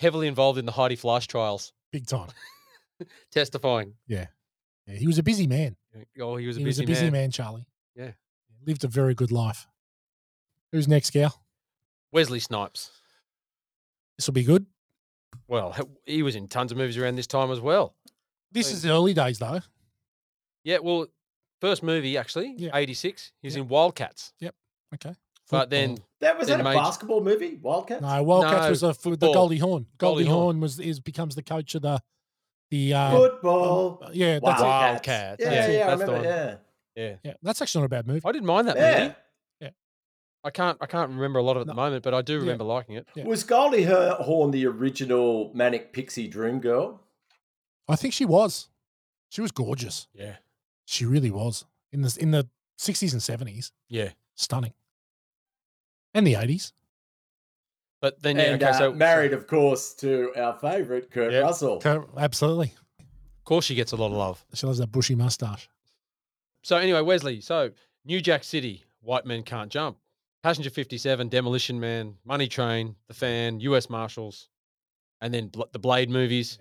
Speaker 3: heavily involved in the Heidi Fleiss trials,
Speaker 2: Big time.
Speaker 3: testifying.
Speaker 2: Yeah, he was a busy man.
Speaker 3: Oh, he was a
Speaker 2: he was
Speaker 3: busy,
Speaker 2: a busy man.
Speaker 3: man.
Speaker 2: Charlie.
Speaker 3: Yeah.
Speaker 2: Lived a very good life. Who's next, Gal?
Speaker 3: Wesley Snipes.
Speaker 2: This will be good.
Speaker 3: Well, he- he was in tons of movies around this time as well.
Speaker 2: This
Speaker 3: Hey.
Speaker 2: is the early days, though.
Speaker 3: Yeah, well, first movie actually,
Speaker 2: Yeah.
Speaker 3: '86. He was
Speaker 2: Yeah.
Speaker 3: in Wildcats,
Speaker 2: Okay.
Speaker 3: but then
Speaker 2: Football.
Speaker 4: that was
Speaker 3: then
Speaker 4: that a
Speaker 3: made-
Speaker 4: basketball movie, Wildcats.
Speaker 2: no, Wildcats
Speaker 3: No,
Speaker 2: was a, for the
Speaker 3: football.
Speaker 2: Goldie Horn. Goldie,
Speaker 3: Goldie Hawn.
Speaker 2: Horn was is becomes the coach of the the uh,
Speaker 4: Football.
Speaker 2: uh, yeah. That's,
Speaker 3: Wow.
Speaker 2: it.
Speaker 3: Wildcats.
Speaker 4: Yeah,
Speaker 3: That's it.
Speaker 4: yeah, I
Speaker 3: That's the
Speaker 4: remember.
Speaker 2: yeah. That's actually not a bad movie.
Speaker 3: I didn't mind
Speaker 4: Yeah,
Speaker 3: that
Speaker 4: yeah.
Speaker 3: movie. I can't I can't remember a lot of it at the moment, but I do remember liking it.
Speaker 2: Yeah.
Speaker 4: Was Goldie Her- Hawn the original manic pixie dream girl?
Speaker 2: I think she was. She was gorgeous.
Speaker 3: Yeah,
Speaker 2: She really was in the in the sixties and seventies.
Speaker 3: yeah.
Speaker 2: Stunning. And the eighties.
Speaker 3: But then yeah,
Speaker 4: And
Speaker 3: okay,
Speaker 4: uh,
Speaker 3: so
Speaker 4: married, of course, to our favourite Kurt
Speaker 3: Yep.
Speaker 4: Russell.
Speaker 2: Absolutely.
Speaker 3: Of course, she gets a lot of love.
Speaker 2: She loves that bushy mustache.
Speaker 3: So anyway, Wesley. So New Jack City, White Men Can't Jump, Passenger 57, Demolition Man, Money Train, The Fan, U.S. Marshals, and then Bl- the Blade movies.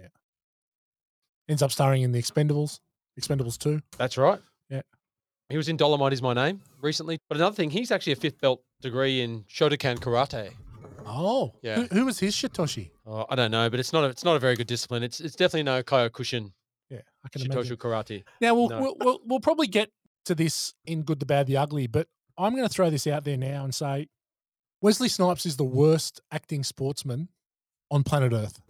Speaker 2: Ends up starring in the Expendables. Expendables two.
Speaker 3: That's right.
Speaker 2: Yeah.
Speaker 3: He was in Dolomite Is My Name recently. But another thing, he's actually a fifth belt degree in Shotokan Karate.
Speaker 2: Oh.
Speaker 3: Yeah.
Speaker 2: Who, who was his Shitoshi?
Speaker 3: Oh, I don't know, but it's not a, it's not a very good discipline. It's it's definitely no Kyokushin
Speaker 2: Yeah, I can imagine.
Speaker 3: Shitoshu Karate.
Speaker 2: Now we'll,
Speaker 3: No.
Speaker 2: we'll, we'll we'll probably get to this in good, the bad, the ugly, but I'm going to throw this out there now and say Wesley Snipes is the worst acting sportsman on planet Earth,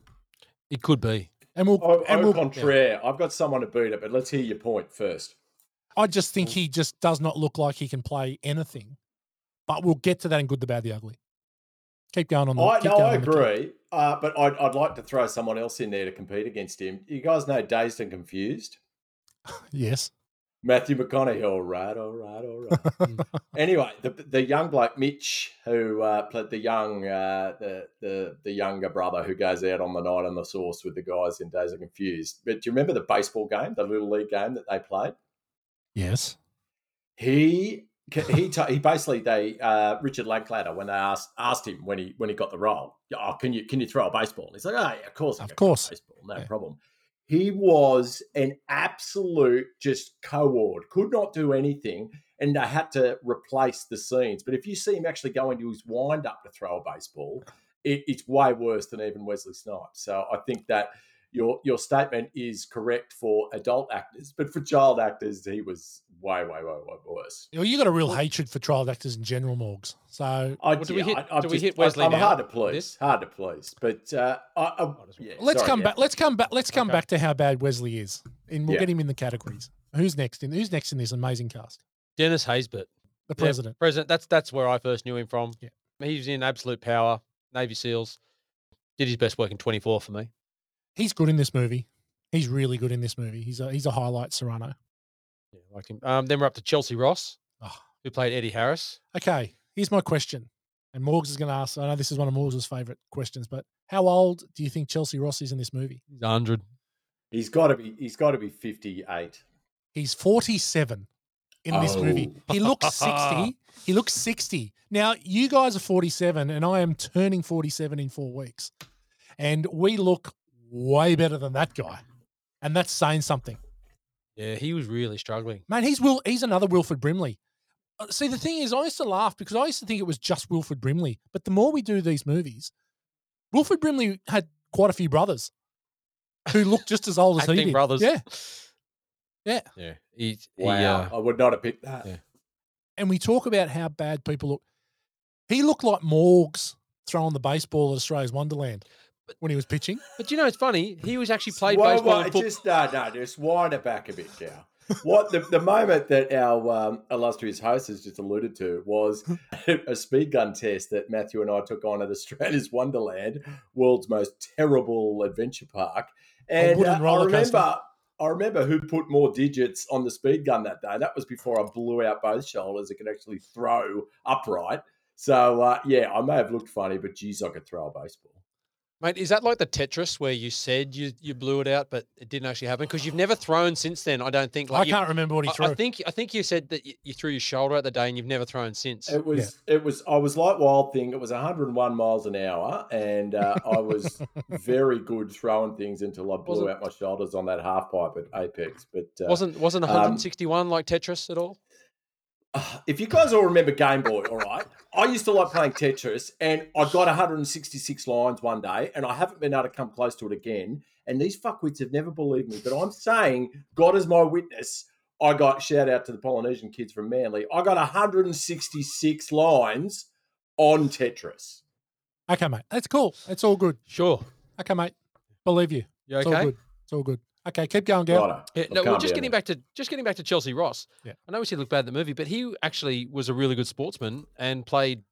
Speaker 3: It could be.
Speaker 2: and we'll
Speaker 4: Au,
Speaker 2: and
Speaker 4: au
Speaker 2: we'll,
Speaker 4: contraire, I've got someone to beat it, but let's hear your point first.
Speaker 2: I just
Speaker 4: Mm.
Speaker 2: think he just does not look like he can play anything. But we'll get to that in good, the bad, the ugly. Keep going on the.
Speaker 4: I,
Speaker 2: keep
Speaker 4: no,
Speaker 2: going
Speaker 4: I
Speaker 2: on the-
Speaker 4: agree, uh, but I'd, I'd like to throw someone else in there to compete against him. You guys know Dazed and Confused?
Speaker 2: yes.
Speaker 4: Matthew McConaughey, all right, all right, all
Speaker 2: [LAUGHS]
Speaker 4: right. anyway, the the young bloke Mitch, who uh, played the young uh, the, the the younger brother who goes out on the night on the source with the guys in Days of Confused. But do you remember the baseball game, the little league game that they played?
Speaker 2: yes.
Speaker 4: He he t- he basically they uh, Richard Lanklater when they asked asked him when he when he got the role, oh, can you can you throw a baseball? He's like, oh yeah, of course, I
Speaker 2: Of
Speaker 4: can throw a
Speaker 2: course.
Speaker 4: baseball, no
Speaker 2: Yeah.
Speaker 4: problem. He was an absolute just coward, could not do anything, and they had to replace the scenes. But if you see him actually go into his wind up to throw a baseball, it, it's way worse than even Wesley Snipes. So I think that your your statement is correct for adult actors, but for child actors, he was way way way way worse.
Speaker 2: You know, you got a real hatred for trial actors in general, Morgs. So
Speaker 4: I
Speaker 3: Well, do we
Speaker 4: yeah,
Speaker 3: hit-
Speaker 4: I, I'm
Speaker 3: do we
Speaker 4: just-
Speaker 3: hit Wesley
Speaker 4: I'm
Speaker 3: now
Speaker 4: hard to
Speaker 3: with
Speaker 4: please.
Speaker 3: this?
Speaker 4: Hard to please. But uh, I, I, yeah,
Speaker 2: let's
Speaker 4: sorry,
Speaker 2: come
Speaker 4: yeah.
Speaker 2: back. Let's come back. Let's come
Speaker 3: Okay.
Speaker 2: back to how bad Wesley is, and we'll
Speaker 4: Yeah.
Speaker 2: get him in the categories. Who's next in? Who's next in this amazing cast?
Speaker 3: Dennis Haysbert.
Speaker 2: The
Speaker 3: Yeah,
Speaker 2: president.
Speaker 3: president. That's that's where I first knew him from.
Speaker 2: Yeah.
Speaker 3: He was in absolute power, Navy SEALs. Did his best work in 24 for me.
Speaker 2: He's good in this movie. He's really good in this movie. He's a he's a highlight, Serrano.
Speaker 3: Yeah, liked him. Um, then we're up to Chelsea Ross,
Speaker 2: Ah.
Speaker 3: who played Eddie Harris.
Speaker 2: Okay, here's my question, and Morgs is going to ask. I know this is one of Morgs' favorite questions, but how old do you think Chelsea Ross is in this movie?
Speaker 3: He's 100.
Speaker 4: He's got to be. He's got to be 58.
Speaker 2: He's 47 in this movie. He looks 60. He looks 60. Now, you guys are 47, and I am turning 47 in four weeks. And we look way better than that guy. And that's saying something.
Speaker 3: Yeah, he was really struggling.
Speaker 2: Man, he's Will, he's another Wilfred Brimley. Uh, See, the thing is, I used to laugh because I used to think it was just Wilfred Brimley. But the more we do these movies, Wilfred Brimley had quite a few brothers who looked just as old as he
Speaker 3: Acting
Speaker 2: did.
Speaker 3: brothers.
Speaker 2: Yeah. Yeah.
Speaker 3: Yeah. He, he,
Speaker 4: Wow,
Speaker 3: uh,
Speaker 4: I would not have picked that.
Speaker 3: Yeah.
Speaker 2: and we talk about how bad people look. He looked like Morgs throwing the baseball at Australia's Wonderland when he was pitching.
Speaker 3: but you know, it's funny. He was actually played
Speaker 4: Whoa,
Speaker 3: baseball.
Speaker 4: whoa,
Speaker 3: and foot-
Speaker 4: just no, no, just wind it back a bit now. What the, the moment that our um, illustrious host has just alluded to was
Speaker 3: Hmm.
Speaker 4: [LAUGHS] a speed gun test that Matthew and I took on at Australia's [LAUGHS] Wonderland, world's most terrible adventure park. And
Speaker 2: wooden
Speaker 4: uh, I
Speaker 2: roller
Speaker 4: remember,
Speaker 2: coaster.
Speaker 4: I remember who put more digits on the speed gun that day. That was before I blew out both shoulders. It could actually throw upright. So uh, yeah, I may have looked funny, but geez, I could throw a baseball.
Speaker 3: Mate, is that like the Tetris where you said you, you blew it out, but it didn't actually happen? Because you've never thrown since then, I don't think. [LAUGHS] Like,
Speaker 2: I
Speaker 3: you-
Speaker 2: can't remember what he
Speaker 3: I-
Speaker 2: threw.
Speaker 3: I, think I think you said that you, you threw your shoulder out the day and you've never thrown since.
Speaker 4: It was it was I was like Wild Thing. It was 101 miles an hour,
Speaker 3: [LAUGHS]
Speaker 4: and uh, I was very good throwing things until I blew
Speaker 3: Wasn't-
Speaker 4: out my shoulders on that half pipe at Apex. But uh,
Speaker 3: wasn't wasn't
Speaker 4: um,
Speaker 3: 161 like Tetris at all?
Speaker 4: [SIGHS] if you guys all remember Game Boy, all right, I used to like playing Tetris, and I got 166 lines one day, and I haven't been able to come close to it again. And these fuckwits have never believed me, but I'm saying God is my witness. I got shout out to the Polynesian kids from Manly. I got 166 lines on Tetris.
Speaker 2: okay, mate. That's cool. It's all good.
Speaker 3: Sure.
Speaker 2: Okay, mate. Believe you.
Speaker 3: You
Speaker 2: It's
Speaker 3: okay?
Speaker 2: all good. It's all good. Okay, keep going, Gail.
Speaker 4: Righto.
Speaker 3: Yeah,
Speaker 4: I
Speaker 3: no, well,
Speaker 4: can't
Speaker 3: just
Speaker 4: be
Speaker 3: getting
Speaker 4: having it.
Speaker 3: back to just getting back to Chelsea Ross.
Speaker 2: Yeah.
Speaker 3: I know she looked bad in the movie, but he actually was a really good sportsman and played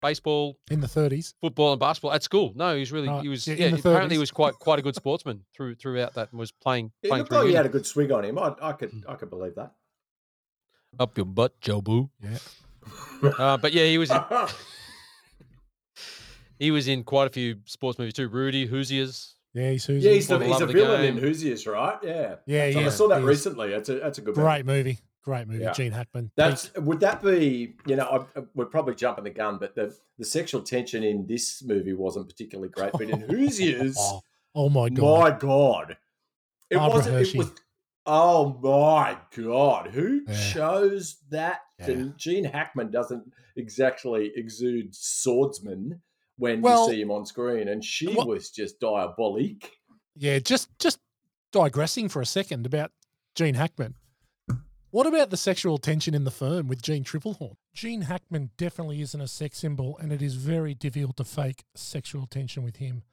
Speaker 3: baseball,
Speaker 2: In the 30s.
Speaker 3: football, and basketball at school. No, he was really
Speaker 2: Right,
Speaker 3: he was
Speaker 2: yeah,
Speaker 3: yeah,
Speaker 2: in the
Speaker 3: apparently
Speaker 2: 30s.
Speaker 3: he was quite quite a good sportsman through throughout that and was playing
Speaker 4: It
Speaker 3: playing
Speaker 4: looked like
Speaker 3: through
Speaker 4: he had
Speaker 3: uni.
Speaker 4: a good swing on him. I, I could
Speaker 3: Hmm.
Speaker 4: I could believe that.
Speaker 3: up your butt, Joe Boo.
Speaker 2: Yeah.
Speaker 3: Uh, but yeah, he
Speaker 4: [LAUGHS]
Speaker 3: was in, he was in quite a few sports movies too. Rudy, Hoosiers.
Speaker 2: Yeah, he's who's
Speaker 4: yeah, he's, the,
Speaker 3: the
Speaker 4: he's
Speaker 3: love
Speaker 4: a
Speaker 3: of the
Speaker 4: villain in
Speaker 3: game.
Speaker 4: Hoosiers, right? Yeah.
Speaker 2: yeah, yeah.
Speaker 4: I saw that
Speaker 2: he is.
Speaker 4: recently. That's a that's a good one.
Speaker 2: Great movie. Great movie.
Speaker 4: Yeah.
Speaker 2: Gene Hackman.
Speaker 4: That's would that be you know I, we're probably jumping the gun, but the the sexual tension in this movie wasn't particularly
Speaker 2: [LAUGHS]
Speaker 4: great. But in Hoosiers,
Speaker 2: Oh, oh my God.
Speaker 4: my god, it
Speaker 2: Barbara
Speaker 4: wasn't.
Speaker 2: Hershey.
Speaker 4: It was. Oh my god, who
Speaker 2: Yeah.
Speaker 4: chose that?
Speaker 2: Yeah.
Speaker 4: Gene Hackman doesn't exactly exude swordsman when
Speaker 2: Well-
Speaker 4: you see him on screen, and she
Speaker 2: What-
Speaker 4: was just diabolique.
Speaker 2: Yeah, just just digressing for a second about Gene Hackman. What about the sexual tension in the firm with Gene Triplehorn? Gene Hackman definitely isn't a sex symbol, and it is very difficult to fake sexual tension with him.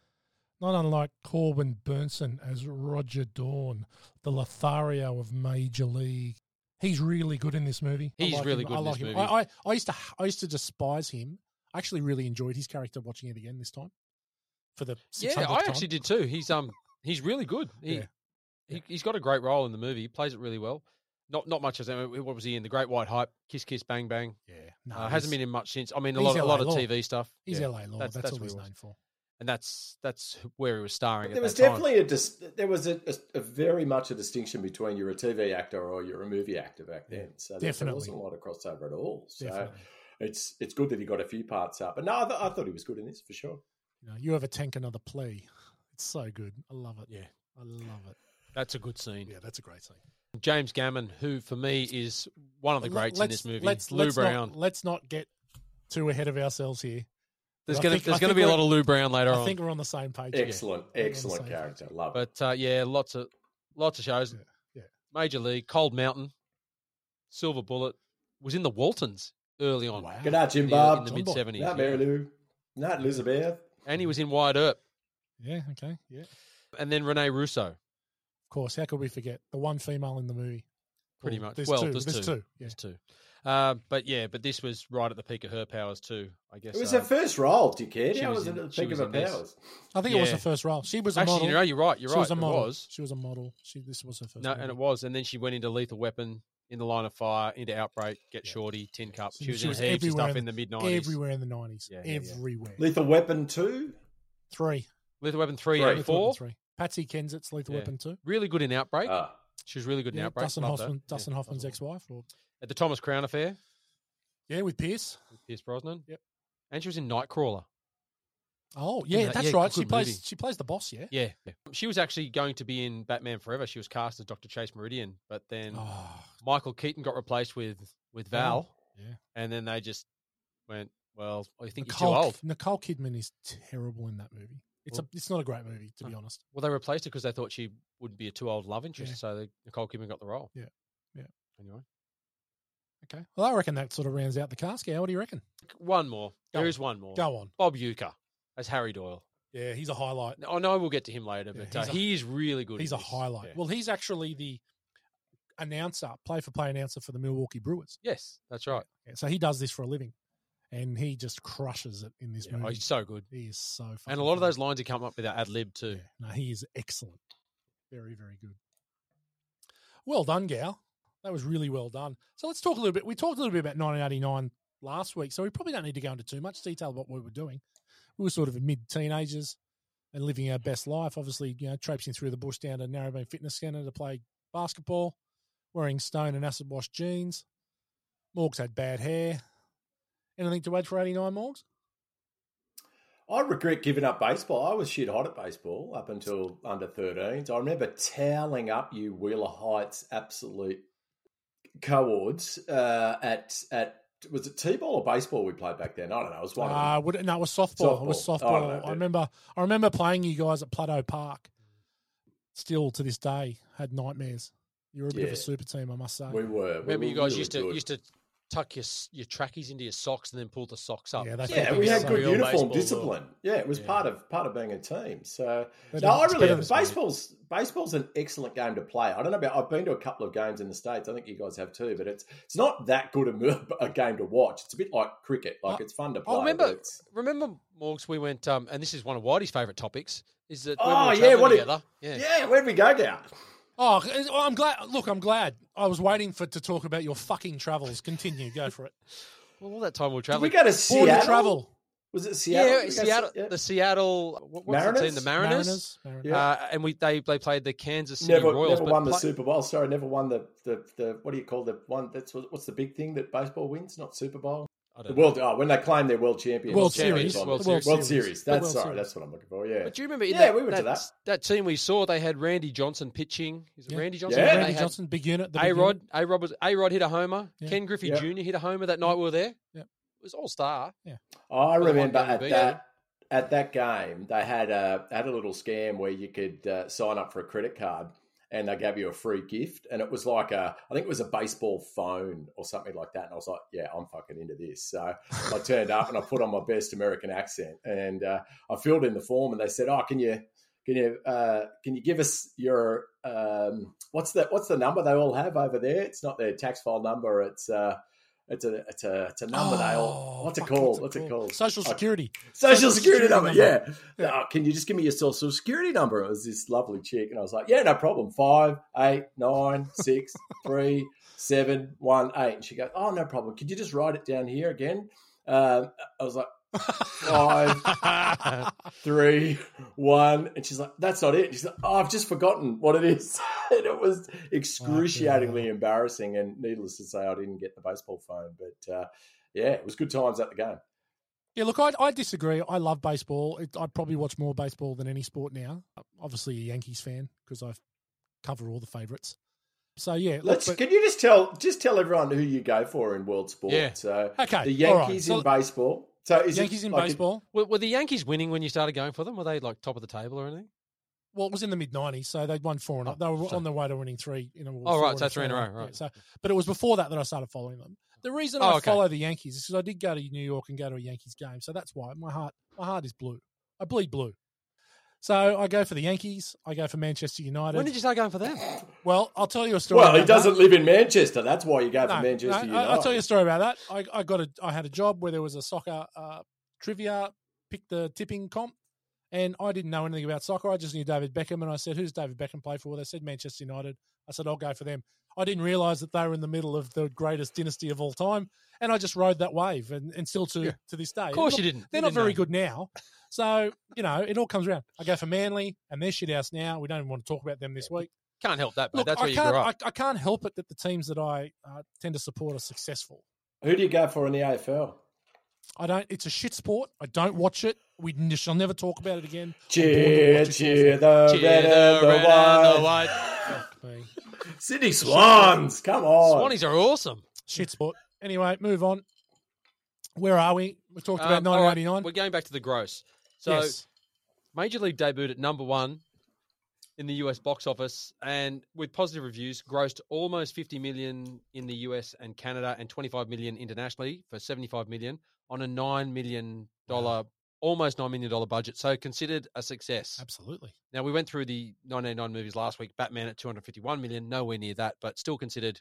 Speaker 2: Not unlike Corbin Burnson as Roger Dawn, the Lothario of Major League. He's really good in this movie. I
Speaker 3: He's
Speaker 2: like
Speaker 3: really
Speaker 2: him.
Speaker 3: good
Speaker 2: I
Speaker 3: in this
Speaker 2: like him.
Speaker 3: movie.
Speaker 2: I, I, I used to I used to despise him. I actually really enjoyed his character watching it again this time. For the
Speaker 3: Yeah,
Speaker 2: 600th
Speaker 3: I
Speaker 2: time.
Speaker 3: actually did too. He's um he's really good. He,
Speaker 2: Yeah.
Speaker 3: he he's got a great role in the movie. He plays it really well. Not not much as I mean, what was he in? The Great White Hype, Kiss Kiss Bang Bang.
Speaker 2: Yeah,
Speaker 3: uh, hasn't been in much since. I mean, a
Speaker 2: he's
Speaker 3: lot of, a lot
Speaker 2: LA
Speaker 3: of
Speaker 2: Law.
Speaker 3: TV stuff.
Speaker 2: He's
Speaker 3: yeah.
Speaker 2: LA Law.
Speaker 3: That's-
Speaker 2: That's,
Speaker 3: that's
Speaker 2: all
Speaker 3: what
Speaker 2: he's
Speaker 3: he was.
Speaker 2: known for.
Speaker 3: and that's that's where he was starring.
Speaker 4: There
Speaker 3: at
Speaker 4: was
Speaker 3: that time.
Speaker 4: definitely a dis- there was a, a, a very much a distinction between you're a TV actor or you're a movie actor back then. So there- there
Speaker 2: Definitely.
Speaker 4: wasn't a lot of crossover at all. So
Speaker 2: Definitely.
Speaker 4: it's it's good that he got a few parts up. But no, I, th- I thought he was good in this for sure.
Speaker 2: You, know, you have a tank another plea. It's so good. I love it.
Speaker 3: Yeah.
Speaker 2: I love it.
Speaker 3: That's a good scene.
Speaker 2: Yeah, that's a great scene.
Speaker 3: James Gammon, who for me is one of the
Speaker 2: Let-
Speaker 3: greats in
Speaker 2: let's-
Speaker 3: this movie.
Speaker 2: Let's,
Speaker 3: Lou
Speaker 2: let's
Speaker 3: Brown.
Speaker 2: Not, let's not get too ahead of ourselves here.
Speaker 3: there's
Speaker 2: I
Speaker 3: gonna
Speaker 2: think- I
Speaker 3: there's gonna
Speaker 2: think
Speaker 3: be a
Speaker 2: we're-
Speaker 3: lot of Lou Brown later
Speaker 2: I
Speaker 3: on.
Speaker 2: think we're on the same page. here.
Speaker 4: Excellent,
Speaker 2: Yeah.
Speaker 4: excellent
Speaker 2: Yeah.
Speaker 4: character. Love it.
Speaker 3: But uh, yeah, lots of lots of shows.
Speaker 2: Yeah, yeah.
Speaker 3: Major League, Cold Mountain, Silver Bullet was in the Waltons early on,
Speaker 2: Wow.
Speaker 4: Good night, Jim
Speaker 3: in the, in
Speaker 4: Bob.
Speaker 3: the
Speaker 2: Jim
Speaker 3: mid
Speaker 2: Bob.
Speaker 3: seventies,
Speaker 4: Not Mary Lou. Not Elizabeth.
Speaker 3: and he was in Wide Earp,
Speaker 2: Yeah, okay. Yeah. Of
Speaker 3: and then Rene Russo.
Speaker 2: course. How could we forget the one female in the movie?
Speaker 3: Pretty much.
Speaker 2: There's
Speaker 3: Well,
Speaker 2: two.
Speaker 3: there's two.
Speaker 2: Yeah.
Speaker 3: There's two, uh, but yeah, but this was right at the peak of her powers too. I guess
Speaker 4: It was
Speaker 3: uh,
Speaker 4: her first role. Do you care?
Speaker 3: she
Speaker 4: How
Speaker 3: was
Speaker 4: was it
Speaker 3: in-
Speaker 4: at the
Speaker 3: she
Speaker 4: peak
Speaker 3: was
Speaker 4: of her
Speaker 3: in this.
Speaker 4: powers?
Speaker 2: I think it was
Speaker 3: Yeah.
Speaker 2: her first role. She was a
Speaker 3: actually,
Speaker 2: model.
Speaker 3: you know, you're right. You're
Speaker 2: she
Speaker 3: right.
Speaker 2: was a
Speaker 3: it
Speaker 2: model.
Speaker 3: was.
Speaker 2: She was a model. She this was her first.
Speaker 3: No,
Speaker 2: model.
Speaker 3: and it was, and then she went into Lethal Weapon, in the line of fire, into Outbreak, Get Shorty, Tin Cup.
Speaker 2: So
Speaker 3: She was, in heaps of
Speaker 2: everywhere
Speaker 3: stuff in the mid nineties.
Speaker 2: Everywhere in the nineties.
Speaker 3: Yeah, yeah, yeah.
Speaker 2: everywhere.
Speaker 4: Lethal Weapon two.
Speaker 2: Three.
Speaker 3: Lethal Weweapon three
Speaker 4: Three.
Speaker 3: and
Speaker 2: Lethal
Speaker 3: four,
Speaker 2: Weapon Three. Patsy Kensett's Lethal
Speaker 3: Yeah.
Speaker 2: Weapon Two.
Speaker 3: really good in Outbreak.
Speaker 4: Ah,
Speaker 3: she was really good in
Speaker 2: Yeah,
Speaker 3: Outbreak.
Speaker 2: Dustin
Speaker 3: Loved
Speaker 2: Hoffman.
Speaker 3: her. Yeah,
Speaker 2: Dustin Hoffman's ex-wife. Or,
Speaker 3: At the Thomas Crown Affair,
Speaker 2: yeah, with Pierce.
Speaker 3: with Pierce Brosnan.
Speaker 2: Yep.
Speaker 3: And she was in Nightcrawler.
Speaker 2: Oh yeah,
Speaker 3: that-
Speaker 2: that's
Speaker 3: yeah,
Speaker 2: right.
Speaker 3: good
Speaker 2: She plays.
Speaker 3: movie.
Speaker 2: She plays the boss. Yeah.
Speaker 3: Yeah. She was actually going to be in Batman Forever. She was cast as Dr. Chase Meridian, but then
Speaker 2: Oh,
Speaker 3: Michael Keaton got replaced with with Val,
Speaker 2: yeah.
Speaker 3: and then they just went, "Well, I think
Speaker 2: Nicole,
Speaker 3: you're too old."
Speaker 2: Nicole Kidman is terrible in that movie. It's
Speaker 3: Well-
Speaker 2: a. It's not a great movie, to be honest.
Speaker 3: Well, they replaced her because they thought she wouldn't be a too old love interest,
Speaker 2: Yeah.
Speaker 3: so they, Nicole Kidman got the role.
Speaker 2: Yeah. Yeah.
Speaker 3: Anyway,
Speaker 2: Okay. Well, I reckon that sort of rounds out the cast. Gail. What do you reckon?
Speaker 3: one more.
Speaker 2: Go
Speaker 3: There
Speaker 2: on.
Speaker 3: is one more.
Speaker 2: Go on.
Speaker 3: Bob Uecker as Harry Doyle.
Speaker 2: Yeah, he's a highlight.
Speaker 3: I know we'll get to him later,
Speaker 2: Yeah,
Speaker 3: but uh,
Speaker 2: he's a-
Speaker 3: he is really good.
Speaker 2: He's
Speaker 3: in
Speaker 2: a
Speaker 3: this.
Speaker 2: highlight.
Speaker 3: Yeah.
Speaker 2: Well, he's actually the announcer, play for play announcer for the Milwaukee Brewers.
Speaker 3: yes, that's right.
Speaker 2: Yeah, so he does this for a living, and he just crushes it in this
Speaker 3: Yeah, oh,
Speaker 2: movie.
Speaker 3: he's so good.
Speaker 2: he is so.
Speaker 3: And
Speaker 2: fucking
Speaker 3: a lot of
Speaker 2: funny.
Speaker 3: those lines he come up with are ad lib too.
Speaker 2: Yeah, no, he is excellent. Very, very good. Well done, Gal. That was really well done. So let's talk a little bit. We talked a little bit about 1989 last week, so we probably don't need to go into too much detail about what we were doing. We were sort of mid teenagers and living our best life. Obviously, you know, traipsing through the bush down to Narrabeen Fitness Centre to play basketball, wearing stone and acid wash jeans. Morgs had bad hair. Anything to add for 89 Morgs?
Speaker 4: I regret giving up baseball. I was shit hot at baseball up until under 13s. I remember toweling up you Wheeler Heights absolute cohorts uh, at at was it t-ball or baseball we played back then? I don't know. It was one
Speaker 2: Uh,
Speaker 4: of
Speaker 2: would it, no, it was softball. It was
Speaker 4: Softball.
Speaker 2: softball.
Speaker 4: Oh, no,
Speaker 2: I
Speaker 4: yeah.
Speaker 2: remember. I remember playing you guys at Plateau Park. Still to this day, had nightmares. You were a bit of
Speaker 4: Yeah.
Speaker 2: a super team, I must say.
Speaker 4: them. We were. we
Speaker 3: Ah, Remember,
Speaker 4: were
Speaker 3: you guys
Speaker 4: really
Speaker 3: used to
Speaker 4: good.
Speaker 3: used to tuck your s- your trackies into your socks and then pull the socks up.
Speaker 2: Yeah, that's
Speaker 4: yeah,
Speaker 2: fucking Oh,
Speaker 4: we had
Speaker 2: so-
Speaker 4: good
Speaker 2: Real
Speaker 4: uniform
Speaker 3: baseball
Speaker 4: discipline. Yeah, it was
Speaker 3: Yeah.
Speaker 4: part of part of being a team. So
Speaker 2: But, uh,
Speaker 4: no, I
Speaker 2: it's
Speaker 4: really
Speaker 2: better this way.
Speaker 4: baseball's baseball's an excellent game to play. I don't know about I've been to a couple of games in the states. I think you guys have too, but it's it's not that good a, mo- [LAUGHS] a game to watch. It's a bit like cricket. Like it's fun to play. but
Speaker 3: Oh, remember-
Speaker 4: it's-
Speaker 3: Remember, Morgs, we went, um, and this is one of Whitey's favourite topics, is that when
Speaker 4: Oh,
Speaker 3: we were
Speaker 4: yeah,
Speaker 3: travelling
Speaker 4: what it-
Speaker 3: together. yeah.
Speaker 4: Yeah, where'd we go, Gow?
Speaker 2: Oh, well, I'm glad. Look, I'm glad. I was waiting for to talk about your fucking travels. Continue. Go for it.
Speaker 3: Well, all that time we were
Speaker 4: Did we
Speaker 3: travelling.
Speaker 4: go to
Speaker 2: Born
Speaker 4: [LAUGHS] Seattle?
Speaker 2: to travel.
Speaker 4: Was it Seattle?
Speaker 3: yeah,
Speaker 4: We go to Se-
Speaker 3: Seattle,
Speaker 4: yeah.
Speaker 3: the Seattle, what, what's the team? The
Speaker 4: Mariners?
Speaker 3: Mariners.
Speaker 2: Mariners.
Speaker 4: Yeah.
Speaker 3: Uh, and we they, they played the Kansas City
Speaker 4: never
Speaker 3: Royals.
Speaker 4: never
Speaker 3: but
Speaker 4: won the
Speaker 3: play-
Speaker 4: Super Bowl. Sorry, never won the, the, the what do you call the one? That's what- what's the big thing that baseball wins? Not Super Bowl.
Speaker 3: I don't
Speaker 4: The
Speaker 3: know.
Speaker 4: world oh, when they claim they're world champions.
Speaker 2: World
Speaker 4: That's what
Speaker 2: Series.
Speaker 4: it's on.
Speaker 3: Uh, World
Speaker 4: World,
Speaker 2: The
Speaker 3: Series.
Speaker 4: Series.
Speaker 2: The
Speaker 4: That's
Speaker 2: World
Speaker 4: sorry.
Speaker 2: Series.
Speaker 4: That's what I'm looking for. Yeah.
Speaker 3: But do you remember? in
Speaker 4: Yeah,
Speaker 3: that,
Speaker 4: we went to
Speaker 3: that. that team we saw. They had Randy Johnson pitching. Is it
Speaker 2: Yeah.
Speaker 3: Randy Johnson?
Speaker 4: Yeah.
Speaker 3: They
Speaker 2: Randy
Speaker 3: had
Speaker 2: Johnson, big unit. the big
Speaker 3: A
Speaker 2: unit.
Speaker 3: Rod, A Rod was A Rod hit a homer.
Speaker 2: Yeah.
Speaker 3: Ken Griffey
Speaker 4: Yeah.
Speaker 3: Jr. hit a homer that night. We were there.
Speaker 2: Yeah.
Speaker 3: It was all star.
Speaker 4: Oh, I
Speaker 3: Well, they might
Speaker 4: remember
Speaker 3: be able
Speaker 4: at
Speaker 3: to
Speaker 4: that
Speaker 3: beat it.
Speaker 4: at that game they had a had a little scam where you could uh, sign up for a credit card and they gave you a free gift and it was like a I think it was a baseball phone or something like that and I was like yeah I'm fucking into this so I turned up and I put on my best American accent and uh, I filled in the form and they said oh can you can you uh, can you give us your um, what's the what's the number they all have over there it's not their tax file number it's uh, it's a it's a it's a number they all
Speaker 2: Oh,
Speaker 4: what's it
Speaker 2: fuck,
Speaker 4: called what's it called
Speaker 2: Social
Speaker 4: I- [LAUGHS]
Speaker 2: Security.
Speaker 4: Social Security, number, yeah.
Speaker 2: Yeah.
Speaker 4: Oh, can you just give me your social security number? It was this lovely chick, and I was like, yeah, no problem. Five, eight, nine, [LAUGHS] six, three, [LAUGHS] seven, one, eight. And she goes, oh, no problem. Could you just write it down here again? Um I was like, five, three, one. And she's like, that's not it. She's like, oh, I've just forgotten what it is. [LAUGHS] and it was excruciatingly embarrassing. And needless to say, I didn't get the baseball phone. But uh, yeah, it was good times at the game.
Speaker 2: Yeah, look, I, I disagree. I love baseball. It, I probably watch more baseball than any sport now. Obviously, a Yankees fan because I cover all the favourites. So yeah, look,
Speaker 4: Let's.
Speaker 2: but-
Speaker 4: can you just tell just tell everyone who you go for in world sport?
Speaker 3: Yeah.
Speaker 4: So
Speaker 2: Okay,
Speaker 4: the
Speaker 2: all right.
Speaker 4: Yankees
Speaker 2: So-
Speaker 4: in baseball. So is
Speaker 2: Yankees
Speaker 4: it,
Speaker 2: in
Speaker 4: like, it-
Speaker 2: baseball.
Speaker 3: Were, were the Yankees winning when you started going for them? Were they like top of the table or anything?
Speaker 2: Well, it was in the mid '90s, so they'd won four and
Speaker 3: Oh,
Speaker 2: up. They were
Speaker 3: so-
Speaker 2: on their way to winning three in a row.
Speaker 3: Oh,
Speaker 2: four
Speaker 3: right,
Speaker 2: in
Speaker 3: so three in a row, right.
Speaker 2: so, but it was before that that I started following them. The reason I
Speaker 3: Oh, okay.
Speaker 2: follow the Yankees is because I did go to New York and go to a Yankees game, so that's why my heart my heart is blue. I bleed blue. So I go for the Yankees. I go for Manchester United.
Speaker 3: When did you start going for them?
Speaker 2: well, I'll tell you a story.
Speaker 4: Well, he
Speaker 2: about that.
Speaker 4: doesn't live in Manchester. That's why you go for
Speaker 2: No,
Speaker 4: Manchester
Speaker 2: no,
Speaker 4: United.
Speaker 2: I, I'll tell you a story about that. I, I got a, I had a job where there was a soccer uh, trivia, picked the tipping comp, and I didn't know anything about soccer. I just knew David Beckham, and I said, "Who's David Beckham play for?" They said Manchester United. I said, "I'll go for them." I didn't realise that they were in the middle of the greatest dynasty of all time, and I just rode that wave, and, and still to to this day.
Speaker 3: Of course you didn't.
Speaker 2: They're
Speaker 3: You
Speaker 2: not
Speaker 3: didn't know.
Speaker 2: very good now. So, you know, it all comes around. I go for Manly and their shit house now. We don't even want to talk about them this week.
Speaker 3: Can't help that, but
Speaker 2: Look,
Speaker 3: that's
Speaker 2: I
Speaker 3: where you
Speaker 2: can't.
Speaker 3: grew up.
Speaker 2: I, I can't help it that the teams that I uh, tend to support are successful.
Speaker 4: Who do you go for in the AFL?
Speaker 2: I don't. It's a shit sport. I don't watch it. We n- shall never talk about it again.
Speaker 4: Cheer, cheer the
Speaker 3: Cheer
Speaker 4: red and the
Speaker 3: the red and the
Speaker 4: white.
Speaker 3: white.
Speaker 2: Me.
Speaker 4: Sydney Swans, come
Speaker 2: Oh.
Speaker 4: on.
Speaker 3: Swannies are awesome.
Speaker 2: Shit sport. Anyway, move on. Where are we? We talked about
Speaker 3: Um, all right,
Speaker 2: 1989.
Speaker 3: We're going back to the gross. So
Speaker 2: yes.
Speaker 3: Major League debuted at number one in the US box office and with positive reviews, grossed almost 50 million in the US and Canada and 25 million internationally for 75 million on a $9 million, almost $9 million budget. So considered a success.
Speaker 2: Absolutely.
Speaker 3: Now, we went through the 1989 movies last week Batman at 251 million, nowhere near that, but still considered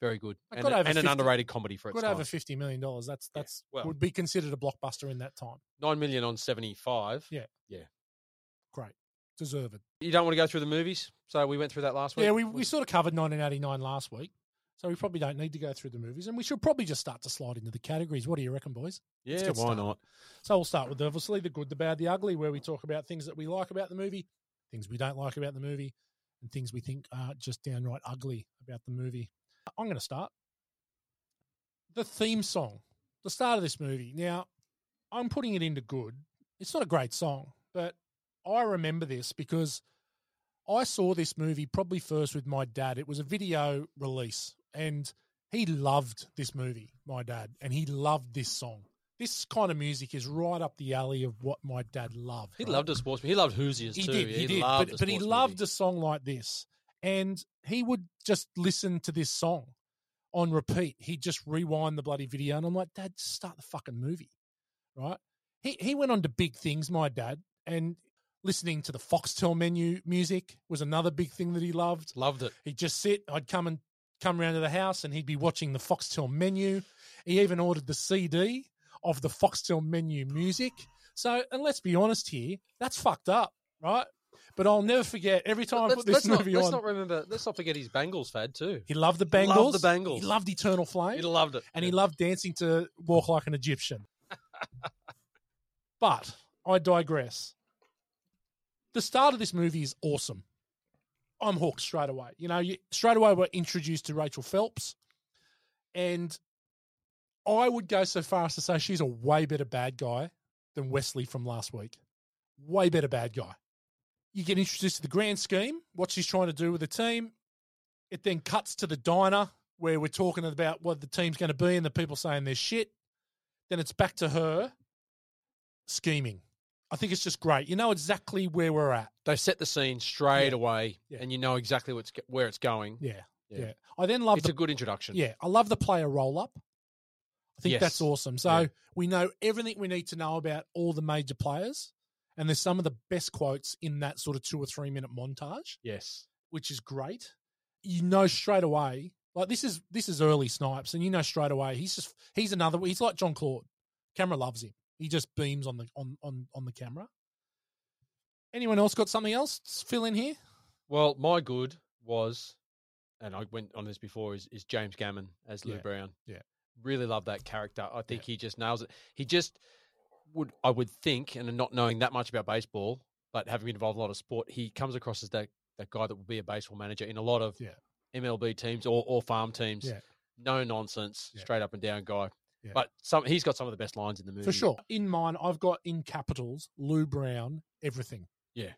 Speaker 3: very good
Speaker 2: I
Speaker 3: and,
Speaker 2: got
Speaker 3: a-
Speaker 2: over
Speaker 3: and an
Speaker 2: 50
Speaker 3: underrated comedy for its
Speaker 2: Got
Speaker 3: time.
Speaker 2: over fifty million dollars. That's that's
Speaker 3: well-
Speaker 2: would be considered a blockbuster in that time.
Speaker 3: 9 million on 75.
Speaker 2: Yeah. Great. Deserved.
Speaker 3: You don't want to go through the movies, so we went through that last week.
Speaker 2: Yeah, we, we sort of covered 1989 last week, so we probably don't need to go through the movies, and we should probably just start to slide into the categories. What do you reckon, boys? Let's
Speaker 3: yeah,
Speaker 2: get
Speaker 3: why
Speaker 2: started.
Speaker 3: not?
Speaker 2: So we'll start with obviously the good, the bad, the ugly, where we talk about things that we like about the movie, things we don't like about the movie, and things we think are just downright ugly about the movie. I'm going to start the theme song, the start of this movie. Now, I'm putting it into good. It's not a great song, but I remember this because I saw this movie probably first with my dad. It was a video release, and he loved this movie, my dad, and he loved this song. This kind of music is right up the alley of what my dad loved.
Speaker 3: He
Speaker 2: right?
Speaker 3: loved a sports movie. He loved Hoosiers
Speaker 2: He
Speaker 3: too.
Speaker 2: did,
Speaker 3: Yeah,
Speaker 2: he, did,
Speaker 3: loved
Speaker 2: but,
Speaker 3: a
Speaker 2: but he
Speaker 3: sports
Speaker 2: loved
Speaker 3: movie.
Speaker 2: a song like this, and he would just listen to this song on repeat. He'd just rewind the bloody video, and I'm like, Dad, just start the fucking movie, right? He he went on to big things, my dad, and listening to the Foxtel menu music was another big thing that he loved.
Speaker 3: loved it.
Speaker 2: He'd just sit. I'd come and come round to the house, and he'd be watching the Foxtel menu. He even ordered the CD of the Foxtel menu music. So, and let's be honest here, that's fucked up, right? But I'll never forget every time I
Speaker 3: Let's,
Speaker 2: put this
Speaker 3: let's not,
Speaker 2: movie
Speaker 3: let's
Speaker 2: on.
Speaker 3: not remember. Let's not forget his Bengals fad too.
Speaker 2: he loved the Bengals.
Speaker 3: loved the Bengals.
Speaker 2: He loved Eternal
Speaker 3: He
Speaker 2: Flame,
Speaker 3: loved it,
Speaker 2: and he loved dancing to "Walk Like an Egyptian." but I digress. The start of this movie is awesome. I'm hooked straight away. You know, you, straight away we're introduced to Rachel Phelps, and I would go so far as to say she's a way better bad guy than Wesley from last week. Way better bad guy. You get introduced to the grand scheme, what she's trying to do with the team. It then cuts to the diner where we're talking about what the team's going to be and the people saying their shit. Then it's back to her scheming. I think it's just great. You know exactly where we're at.
Speaker 3: They set the scene straight
Speaker 2: Yeah.
Speaker 3: away,
Speaker 2: Yeah.
Speaker 3: and you know exactly what's go- where it's going.
Speaker 2: Yeah.
Speaker 3: Yeah.
Speaker 2: Yeah. I then love
Speaker 3: It's
Speaker 2: the
Speaker 3: a good introduction.
Speaker 2: Yeah, I love the player roll up. I think
Speaker 3: Yes.
Speaker 2: that's awesome. So
Speaker 3: Yeah.
Speaker 2: we know everything we need to know about all the major players, and there's some of the best quotes in that sort of two or three minute montage,
Speaker 3: Yes.
Speaker 2: which is great. You know straight away, like this is this is early Snipes, and you know straight away he's just he's another he's like John Claude. Camera loves him. He just beams on the on on on the camera. Anyone else got something else to fill in here?
Speaker 3: Well, my good was, and I went on this before, is, is James Gammon as Lou
Speaker 2: Yeah.
Speaker 3: Brown.
Speaker 2: Yeah.
Speaker 3: Really love that character. I think he just nails it. He just would I would think, and not knowing that much about baseball, but having been involved in a lot of sport, he comes across as that that guy that will be a baseball manager in a lot of
Speaker 2: Yeah.
Speaker 3: MLB teams or, or farm teams.
Speaker 2: Yeah.
Speaker 3: No nonsense,
Speaker 2: Yeah.
Speaker 3: straight up and down guy.
Speaker 2: Yeah.
Speaker 3: But some he's got some of the best lines in the movie.
Speaker 2: For sure. In mine, I've got in capitals Lou Brown, everything.
Speaker 3: Yeah.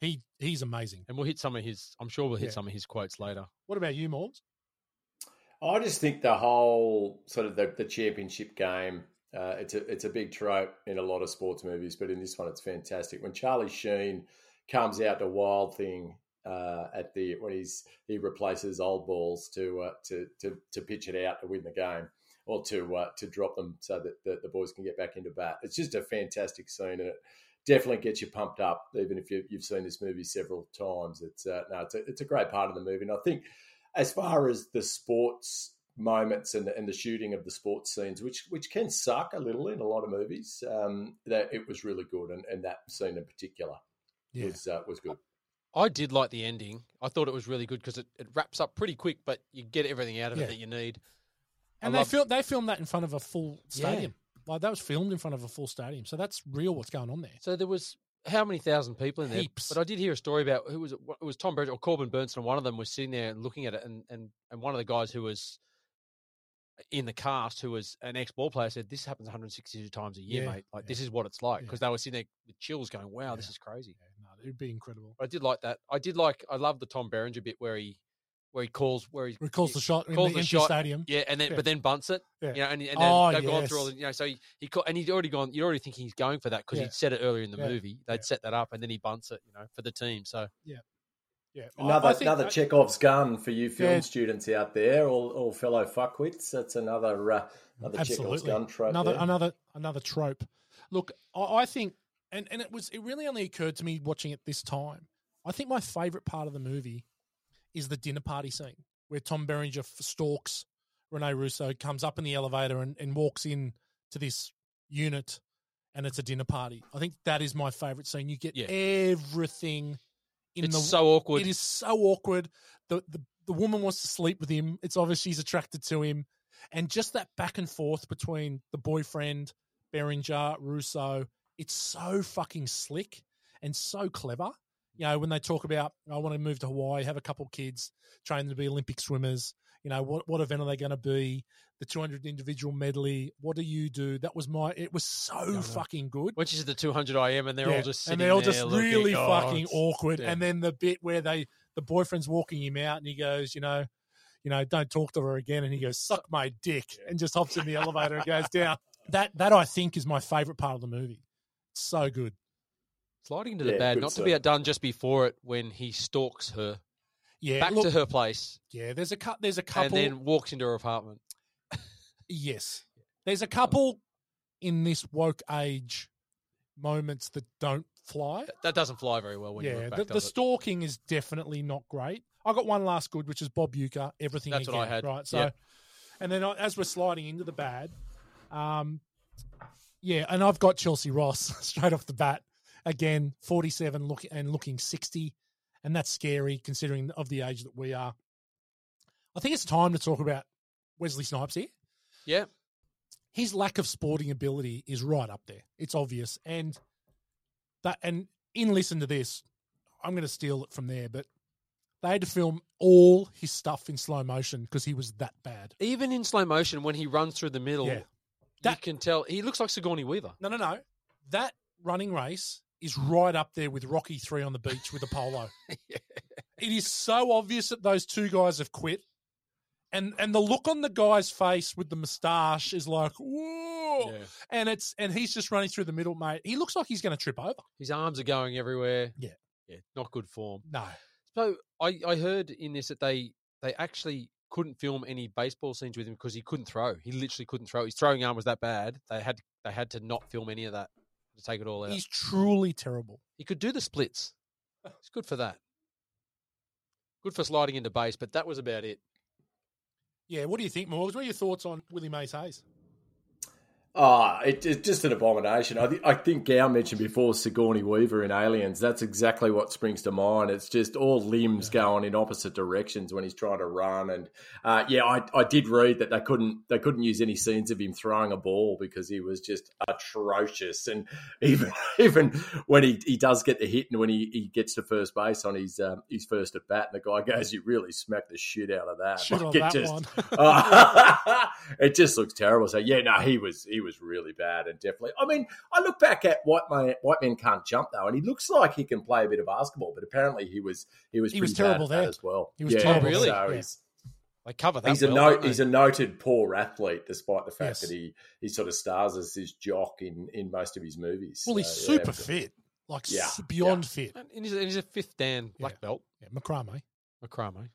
Speaker 2: He he's amazing.
Speaker 3: And we'll hit some of his I'm sure we'll hit
Speaker 2: Yeah.
Speaker 3: some of his quotes later.
Speaker 2: What about you, Morgs?
Speaker 4: I just think the whole sort of the, the championship game. Uh, it's a it's a big trope in a lot of sports movies, but in this one, it's fantastic. When Charlie Sheen comes out to Wild Thing uh, at the when he's he replaces old balls to uh, to to to pitch it out to win the game or to uh, to drop them so that the, the boys can get back into bat. It's just a fantastic scene, and it definitely gets you pumped up, even if you, you've seen this movie several times. It's uh, no, it's a, it's a great part of the movie, and I think as far as the sports moments and the, and the shooting of the sports scenes, which which can suck a little in a lot of movies, um, that it was really good, and, and that scene in particular
Speaker 2: Yeah.
Speaker 4: was uh, was good.
Speaker 3: I did like the ending. I thought it was really good because it, it wraps up pretty quick, but you get everything out of
Speaker 2: Yeah.
Speaker 3: it that you need.
Speaker 2: And
Speaker 3: I
Speaker 2: they
Speaker 3: love-
Speaker 2: filmed they filmed that in front of a full stadium. Like that was filmed in front of a full stadium. So that's real what's going on there.
Speaker 3: So there was how many thousand people in there?
Speaker 2: Heaps.
Speaker 3: But I did hear a story about who was it? It was Tom Burgess or Corbin Burnson. One of them was sitting there and looking at it, and and and one of the guys who was in the cast who was an ex ball player said, "This happens 162 times a year,
Speaker 2: Yeah,
Speaker 3: mate. Like
Speaker 2: yeah.
Speaker 3: this is what it's like."
Speaker 2: Yeah.
Speaker 3: Because they were sitting there with chills, going, "Wow, this
Speaker 2: Yeah.
Speaker 3: is crazy."
Speaker 2: Yeah, no, it'd be incredible.
Speaker 3: But I did like that. I did like. I love the Tom Berenger bit where he where he calls where he
Speaker 2: Recalls the shot in
Speaker 3: Calls
Speaker 2: the,
Speaker 3: the
Speaker 2: empty
Speaker 3: shot.
Speaker 2: stadium.
Speaker 3: Yeah, and then
Speaker 2: Yeah.
Speaker 3: but then bunts it.
Speaker 2: Yeah.
Speaker 3: You know, and, and then
Speaker 2: Oh,
Speaker 3: they've gone through all
Speaker 2: yes.
Speaker 3: the you know, so he, he ca- and he'd already gone you're already thinking he's going for that because
Speaker 2: Yeah.
Speaker 3: he'd said it earlier in the
Speaker 2: Yeah.
Speaker 3: movie. They'd
Speaker 2: Yeah.
Speaker 3: set that up and then he bunts it, you know, for the team. So
Speaker 2: Yeah. I-
Speaker 4: Another
Speaker 2: I think
Speaker 4: another
Speaker 2: that-
Speaker 4: Chekhov's gun for you film
Speaker 2: Yeah.
Speaker 4: students out there, all, all fellow fuckwits. That's another uh, another Chekhov's gun trope.
Speaker 2: Another
Speaker 4: there.
Speaker 2: another another trope. Look, I, I think, and and it was it really only occurred to me watching it this time. I think my favorite part of the movie is the dinner party scene where Tom Berenger f- stalks Rene Russo, comes up in the elevator and, and walks in to this unit, and it's a dinner party. I think that is my favorite scene. You get
Speaker 3: Yeah.
Speaker 2: everything in
Speaker 3: it's
Speaker 2: the
Speaker 3: so awkward.
Speaker 2: it is so awkward. The, the the woman wants to sleep with him. It's obvious she's attracted to him, and just that back and forth between the boyfriend Beringer Russo. It's so fucking slick and so clever. You know when they talk about I want to move to Hawaii, have a couple kids, train them to be Olympic swimmers. You know what what event are they going to be? The 200 individual medley. What do you do? That was my. It was so fucking good.
Speaker 3: Which is the 200 IM, and they're
Speaker 2: Yeah,
Speaker 3: all just sitting
Speaker 2: and they're all
Speaker 3: there
Speaker 2: just
Speaker 3: looking,
Speaker 2: really
Speaker 3: "Oh,
Speaker 2: fucking
Speaker 3: it's-"
Speaker 2: awkward.
Speaker 3: yeah.
Speaker 2: And then the bit where they the boyfriend's walking him out, and he goes, you know, you know, don't talk to her again, and he goes, suck my dick, and just hops in the elevator and goes down. That that I think is my favorite part of the movie. So good.
Speaker 3: sliding into the
Speaker 4: Yeah,
Speaker 3: bad,
Speaker 4: good
Speaker 3: not to
Speaker 4: scene.
Speaker 3: be outdone just before it when he stalks her
Speaker 2: Yeah,
Speaker 3: back
Speaker 2: look,
Speaker 3: to her place
Speaker 2: yeah. There's a cut. There's a couple.
Speaker 3: and then walks into her apartment.
Speaker 2: yes, there's a couple in this woke age moments that don't fly.
Speaker 3: That, that doesn't fly very well when you
Speaker 2: yeah,
Speaker 3: look back.
Speaker 2: the, the
Speaker 3: does it?
Speaker 2: stalking is definitely not great. I got one last good, which is Bob Uecker. Everything
Speaker 3: That's what
Speaker 2: Again,
Speaker 3: I had.
Speaker 2: Right, so,
Speaker 3: Yeah.
Speaker 2: and then I, as we're sliding into the bad, um, yeah, and I've got Chelsea Ross [LAUGHS] straight off the bat. Again, forty-seven, look and looking sixty, and that's scary considering of the age that we are. I think it's time to talk about Wesley Snipes here
Speaker 3: yeah,
Speaker 2: his lack of sporting ability is right up there. It's obvious, and that and in listen to this, I'm going to steal it from there. But they had to film all his stuff in slow motion because he was that bad.
Speaker 3: even in slow motion when he runs through the middle,
Speaker 2: Yeah.
Speaker 3: you
Speaker 2: That-
Speaker 3: can tell he looks like Sigourney Weaver.
Speaker 2: No, no, no. That running race is right up there with Rocky Three on the beach with [LAUGHS] Apollo. It is so obvious that those two guys have quit. And and the look on the guy's face with the moustache is like, whoa.
Speaker 3: Yeah.
Speaker 2: And it's and he's just running through the middle, mate. He looks like he's gonna trip over.
Speaker 3: His arms are going everywhere.
Speaker 2: Yeah.
Speaker 3: Yeah. Not good form.
Speaker 2: No.
Speaker 3: So I, I heard in this that they they actually couldn't film any baseball scenes with him because he couldn't throw. He literally couldn't throw. His throwing arm was that bad. They had they had to not film any of that to take it all out.
Speaker 2: He's truly terrible.
Speaker 3: he could do
Speaker 2: [LAUGHS]
Speaker 3: the splits. It's good for that. Good for sliding into base, but that was about it.
Speaker 2: Yeah, what do you think, Morgs? What are your thoughts on Willie Mays Hayes?
Speaker 4: Ah, it, it's just an abomination. I, th- I think Gow mentioned before Sigourney Weaver in Aliens. That's exactly what springs to mind. It's just all limbs going in opposite directions when he's trying to run. And uh, yeah, I, I did read that they couldn't they couldn't use any scenes of him throwing a ball because he was just atrocious. And [LAUGHS] even even when he, he does get the hit and when he, he gets to first base on his um, his first at bat, and the guy goes, "You really smacked the shit out of that."
Speaker 2: Shit
Speaker 4: [LAUGHS] Like,
Speaker 2: on
Speaker 4: Uh, it
Speaker 2: that
Speaker 4: just-
Speaker 2: one. [LAUGHS]
Speaker 4: uh, [LAUGHS] it just looks terrible. So yeah, no, he was he was really bad and definitely. I mean, I look back at white man white men can't jump though, and he looks like he can play a bit of basketball, but apparently he was he was
Speaker 2: He was
Speaker 4: pretty bad
Speaker 2: terrible
Speaker 4: at that
Speaker 2: there.
Speaker 4: as well.
Speaker 2: He was
Speaker 4: yeah,
Speaker 2: terrible.
Speaker 4: So
Speaker 2: Really? Yeah.
Speaker 4: he's
Speaker 3: They cover that.
Speaker 4: he's a
Speaker 3: well,
Speaker 4: no,
Speaker 3: don't they?
Speaker 4: he's a noted poor athlete, despite the fact
Speaker 2: Yes.
Speaker 4: that he he sort of stars as his jock in in most of his movies.
Speaker 2: Well, he's
Speaker 4: So, yeah,
Speaker 2: super
Speaker 4: but-
Speaker 2: fit, like
Speaker 4: Yeah,
Speaker 2: s- beyond fit.
Speaker 3: And he's, a- he's a fifth Dan black
Speaker 2: Yeah.
Speaker 3: belt.
Speaker 2: Yeah, Macrame.
Speaker 3: Macrame.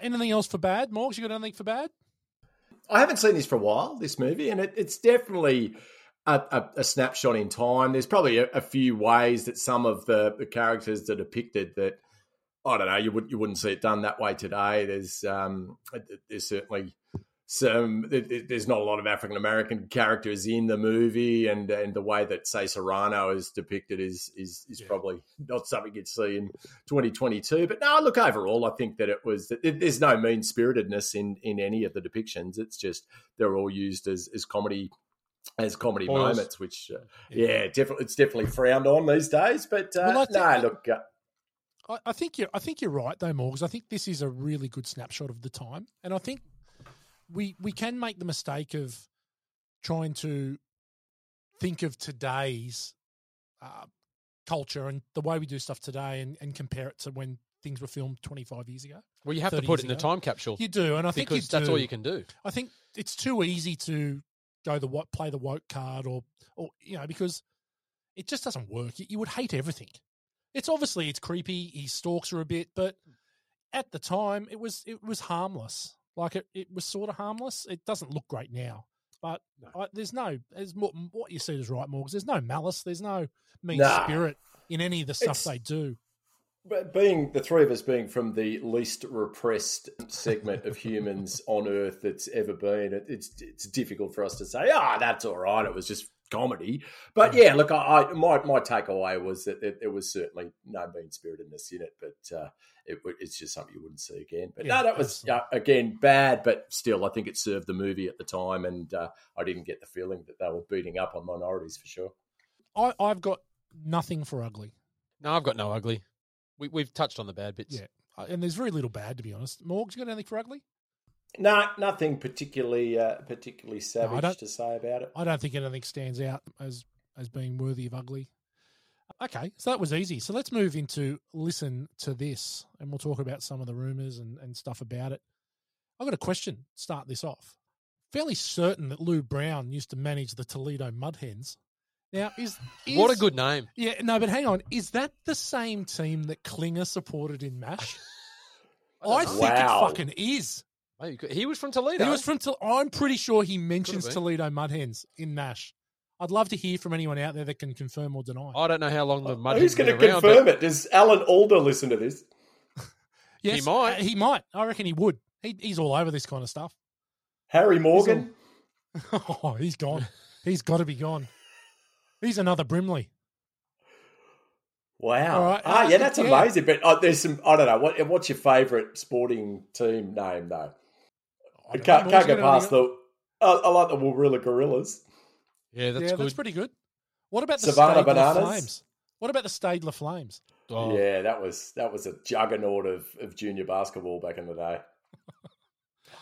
Speaker 2: Anything else for bad, Morgs? You got anything for bad?
Speaker 4: I haven't seen this for a while, this movie, and it, it's definitely a, a, a snapshot in time. There's probably a, a few ways that some of the, the characters are depicted that I don't know you would you wouldn't see it done that way today. There's um, there's certainly some there- there- there's not a lot of African American characters in the movie, and and the way that say Serrano is depicted is is is probably not something you'd see in 2022. But no, look overall, I think that it was that there- there's no mean spiritedness in in any of the depictions. It's just they're all used as as comedy. As comedy
Speaker 3: Foils.
Speaker 4: moments, which uh, yeah, definitely it's definitely frowned on these days. But uh,
Speaker 2: Well, I think-
Speaker 4: no, look, uh,
Speaker 2: I, I think you're. I think you're right though, Morgs. I think this is a really good snapshot of the time, and I think we we can make the mistake of trying to think of today's uh, culture and the way we do stuff today, and, and compare it to when things were filmed 25 years ago.
Speaker 3: Well, you have to
Speaker 2: 30
Speaker 3: put
Speaker 2: years
Speaker 3: it in the
Speaker 2: ago.
Speaker 3: time capsule
Speaker 2: You do, and I think you
Speaker 3: because that's all
Speaker 2: do.
Speaker 3: you can do.
Speaker 2: I think it's too easy to go the what play the woke card or or you know because it just doesn't work. You, you would hate everything. It's obviously it's creepy. He stalks her a bit, but
Speaker 4: Hmm.
Speaker 2: at the time it was it was harmless. Like it, it was sort of harmless. It doesn't look great now, but I, there's no there's more, what you see is right, Morgs. There's no malice. There's no mean
Speaker 4: Nah.
Speaker 2: spirit in any of the stuff
Speaker 4: It's-
Speaker 2: they do.
Speaker 4: But being the three of us being from the least repressed segment
Speaker 2: [LAUGHS]
Speaker 4: of humans on Earth that's ever been, it, it's it's difficult for us to say, ah, that's all right. It was just comedy. But yeah, look, I, I my my takeaway was that it, there was certainly no mean spiritedness in it, but uh, it, w- it's just something you wouldn't see again. But
Speaker 2: Yeah,
Speaker 4: no, that was uh, again bad, but still, I think it served the movie at the time, and uh, I didn't get the feeling that they were beating up on minorities for sure.
Speaker 2: I I've got nothing for ugly.
Speaker 3: No, I've got no ugly. We, we've touched on the bad bits.
Speaker 2: Yeah. Uh, And there's very little bad, to be honest. Morgs, you got anything for ugly?
Speaker 4: No, nothing particularly uh, particularly savage
Speaker 2: don't-
Speaker 4: to say about it.
Speaker 2: I don't think anything stands out as as being worthy of ugly. Okay, so that was easy. So let's move into listen to this, and we'll talk about some of the rumors and, and stuff about it. I've got a question. to Start this off. Fairly certain that Lou Brown used to manage the Toledo Mud Hens. Now is, is
Speaker 3: [LAUGHS] What a good name.
Speaker 2: yeah no, but hang on, is that the same team that Klinger supported in
Speaker 3: [LAUGHS]
Speaker 2: Mash? I think
Speaker 4: Wow.
Speaker 2: it fucking is.
Speaker 3: Mate, you could- He was from Toledo.
Speaker 2: He was from. Tol- I'm pretty sure he mentions
Speaker 3: been.
Speaker 2: Toledo Mud Hens in Nash. I'd love to hear from anyone out there that can confirm or deny.
Speaker 3: I don't know how
Speaker 2: Oh,
Speaker 3: long the mud. has
Speaker 4: Who's going to
Speaker 3: been around,
Speaker 4: confirm
Speaker 3: but
Speaker 4: it? Does Alan Alda listen to this?
Speaker 2: yes,
Speaker 3: he might.
Speaker 2: uh, he might. I reckon he would. He, he's all over this kind of stuff. [LAUGHS]
Speaker 4: Harry Morgan?
Speaker 2: oh, he's
Speaker 3: [LAUGHS]
Speaker 2: gone. He's got to be gone. He's another Brimley.
Speaker 4: Wow.
Speaker 2: All right.
Speaker 4: Ah, yeah, that's
Speaker 2: Yeah.
Speaker 4: amazing. But uh, there's some. I don't know. What, what's your favourite sporting team name though? I
Speaker 2: don't
Speaker 4: can't,
Speaker 2: know.
Speaker 4: can't
Speaker 2: Morgan,
Speaker 4: get past
Speaker 2: anything
Speaker 4: the. I, I like the Warilla Gorillas.
Speaker 3: Yeah, that's
Speaker 2: yeah,
Speaker 3: good.
Speaker 2: that's pretty good. What about the
Speaker 4: Savannah
Speaker 2: Stadler
Speaker 4: Bananas?
Speaker 2: Flames? What about the Stadler Flames?
Speaker 3: Oh,
Speaker 4: Yeah, that was that was a juggernaut of, of junior basketball back in the day.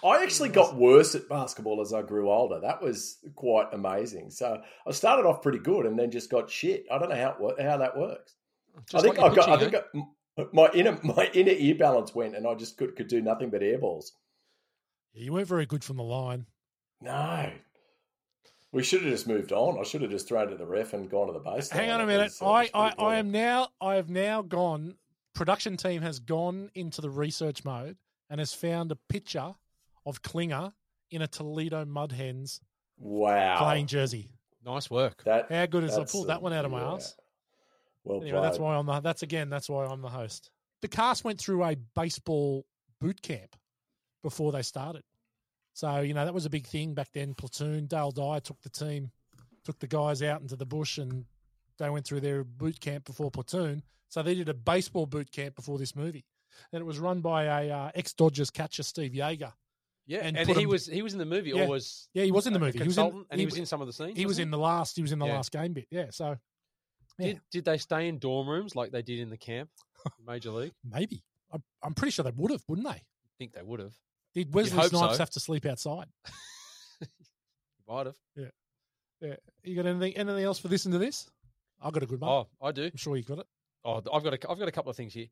Speaker 4: I actually got worse at basketball as I grew older. That was quite amazing. So I started off pretty good and then just got shit. I don't know how it, wo- how that works. I
Speaker 3: just
Speaker 4: think
Speaker 3: like eh? your
Speaker 4: I got. I
Speaker 3: pitching,
Speaker 4: think I, my inner my inner ear balance went, and I just could could do nothing but air balls.
Speaker 2: Yeah, you weren't very good from the line.
Speaker 4: No, we should have just moved on. I should have just thrown to the ref and gone to the baseline.
Speaker 2: Hang on a
Speaker 4: It
Speaker 2: minute.
Speaker 4: was- it was
Speaker 2: I, I,
Speaker 4: pretty
Speaker 2: I
Speaker 4: good.
Speaker 2: am now I have now gone production team has gone into the research mode and has found a picture of Klinger in a Toledo Mud Hens
Speaker 4: wow.
Speaker 2: playing jersey.
Speaker 3: eh? Nice work.
Speaker 4: That
Speaker 2: How good is I
Speaker 4: that's
Speaker 2: pulled
Speaker 4: a-
Speaker 2: that one out of my
Speaker 4: yeah.
Speaker 2: ass.
Speaker 4: Well
Speaker 2: Anyway, that's
Speaker 4: played.
Speaker 2: why I'm the that's again, that's why I'm the host. The cast went through a baseball boot camp before they started. So, you know, that was a big thing back then. Platoon, Dale Dyer took the team, took the guys out into the bush and they went through their boot camp before Platoon. So they did a baseball boot camp before this movie. And it was run by a uh, ex Dodgers catcher, Steve Yeager.
Speaker 3: Yeah, and,
Speaker 2: And put
Speaker 3: he
Speaker 2: him-
Speaker 3: was he was in the movie
Speaker 2: Yeah.
Speaker 3: or was
Speaker 2: Yeah, he was in the
Speaker 3: a
Speaker 2: movie. He was in-
Speaker 3: consultant and he
Speaker 2: he
Speaker 3: was
Speaker 2: w-
Speaker 3: in some of the scenes.
Speaker 2: He was
Speaker 3: wasn't
Speaker 2: in the last. He was in the
Speaker 3: Yeah.
Speaker 2: last game bit. Yeah. So yeah.
Speaker 3: Did, did they stay in dorm rooms like they did in the camp, in Major League?
Speaker 2: maybe I'm, I'm pretty sure they would have, wouldn't they?
Speaker 3: think they would have.
Speaker 2: Did Wesley
Speaker 3: hope
Speaker 2: Snipes
Speaker 3: so.
Speaker 2: have to sleep outside?
Speaker 3: Might have.
Speaker 2: Yeah. You got anything? Anything else for this and to this? I got a good one.
Speaker 3: Oh, I do.
Speaker 2: I'm sure you got it.
Speaker 3: Oh, I've got a, I've got a couple of things here.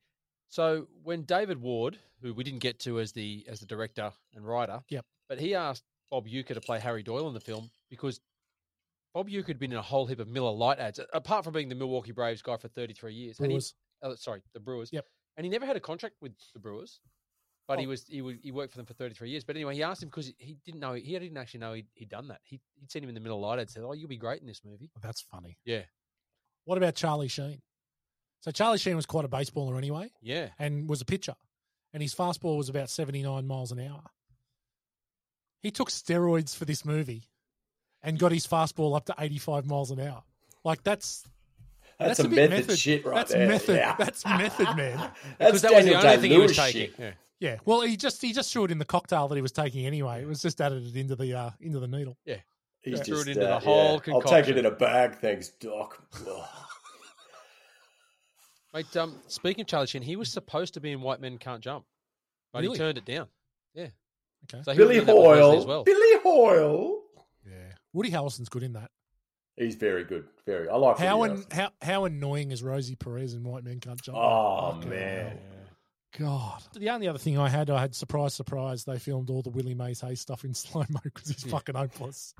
Speaker 3: So when David Ward, who we didn't get to as the as the director and writer,
Speaker 2: Yep.
Speaker 3: but he asked Bob Uecker to play Harry Doyle in the film because Bob Uecker had been in a whole heap of Miller Light ads, a- apart from being the Milwaukee Braves guy for thirty three years. And he,
Speaker 2: Brewers.
Speaker 3: oh, sorry, the Brewers.
Speaker 2: Yep. Oh.
Speaker 3: And he never had a contract with the Brewers, but he was he wa- he worked for them for thirty three years. But anyway, he asked him because he didn't know he didn't actually know he'd, he'd done that. He he'd seen him in the Miller Light ad, said, "Oh, you'll be great in this movie."
Speaker 2: That's funny.
Speaker 3: Yeah,
Speaker 2: What about Charlie Sheen? So Charlie Sheen was quite a baseballer anyway,
Speaker 3: yeah.
Speaker 2: and was a pitcher, and his fastball was about 79 miles an hour. He took steroids for this movie, and got his fastball up to 85 miles an hour. Like that's
Speaker 4: That's,
Speaker 2: That's
Speaker 4: a
Speaker 2: a bit
Speaker 4: method,
Speaker 2: method.
Speaker 4: shit right
Speaker 2: That's
Speaker 4: there.
Speaker 2: method.
Speaker 4: Yeah.
Speaker 2: That's method,
Speaker 4: [LAUGHS]
Speaker 2: man.
Speaker 4: That's
Speaker 3: Because that was the
Speaker 4: Daniel
Speaker 3: only thing he was
Speaker 4: Day-Lewis
Speaker 3: taking.
Speaker 4: shit.
Speaker 3: Yeah.
Speaker 2: Yeah, well, he just he just threw it in the cocktail that he was taking anyway. It was just added it into the uh, into the needle.
Speaker 4: He's
Speaker 3: Threw it
Speaker 4: just,
Speaker 3: into the
Speaker 4: uh,
Speaker 3: whole
Speaker 4: yeah. I'll take
Speaker 3: concoction.
Speaker 4: it in a bag, thanks, Doc.
Speaker 3: Mate, um, speaking of Charlie Sheen, he was supposed to be in White Men Can't Jump, but
Speaker 2: Really?
Speaker 3: he turned it down. Yeah.
Speaker 2: Okay.
Speaker 3: So he
Speaker 4: Billy
Speaker 3: was in that with Wesley
Speaker 4: Hoyle.
Speaker 3: as well.
Speaker 4: Billy Hoyle.
Speaker 2: Yeah, Woody Harrelson's good in that.
Speaker 4: He's very good. Very. I like
Speaker 2: How
Speaker 4: Woody
Speaker 2: an,
Speaker 4: Harrelson.
Speaker 2: how how annoying is Rosie Perez in White Men Can't Jump?
Speaker 4: Oh,
Speaker 2: Fucking
Speaker 4: man.
Speaker 2: hell. God. The only other thing I had, I had surprise, surprise. They filmed all the Willie Mays Hay stuff in [LAUGHS] slow mo because he's
Speaker 3: Yeah.
Speaker 2: fucking hopeless.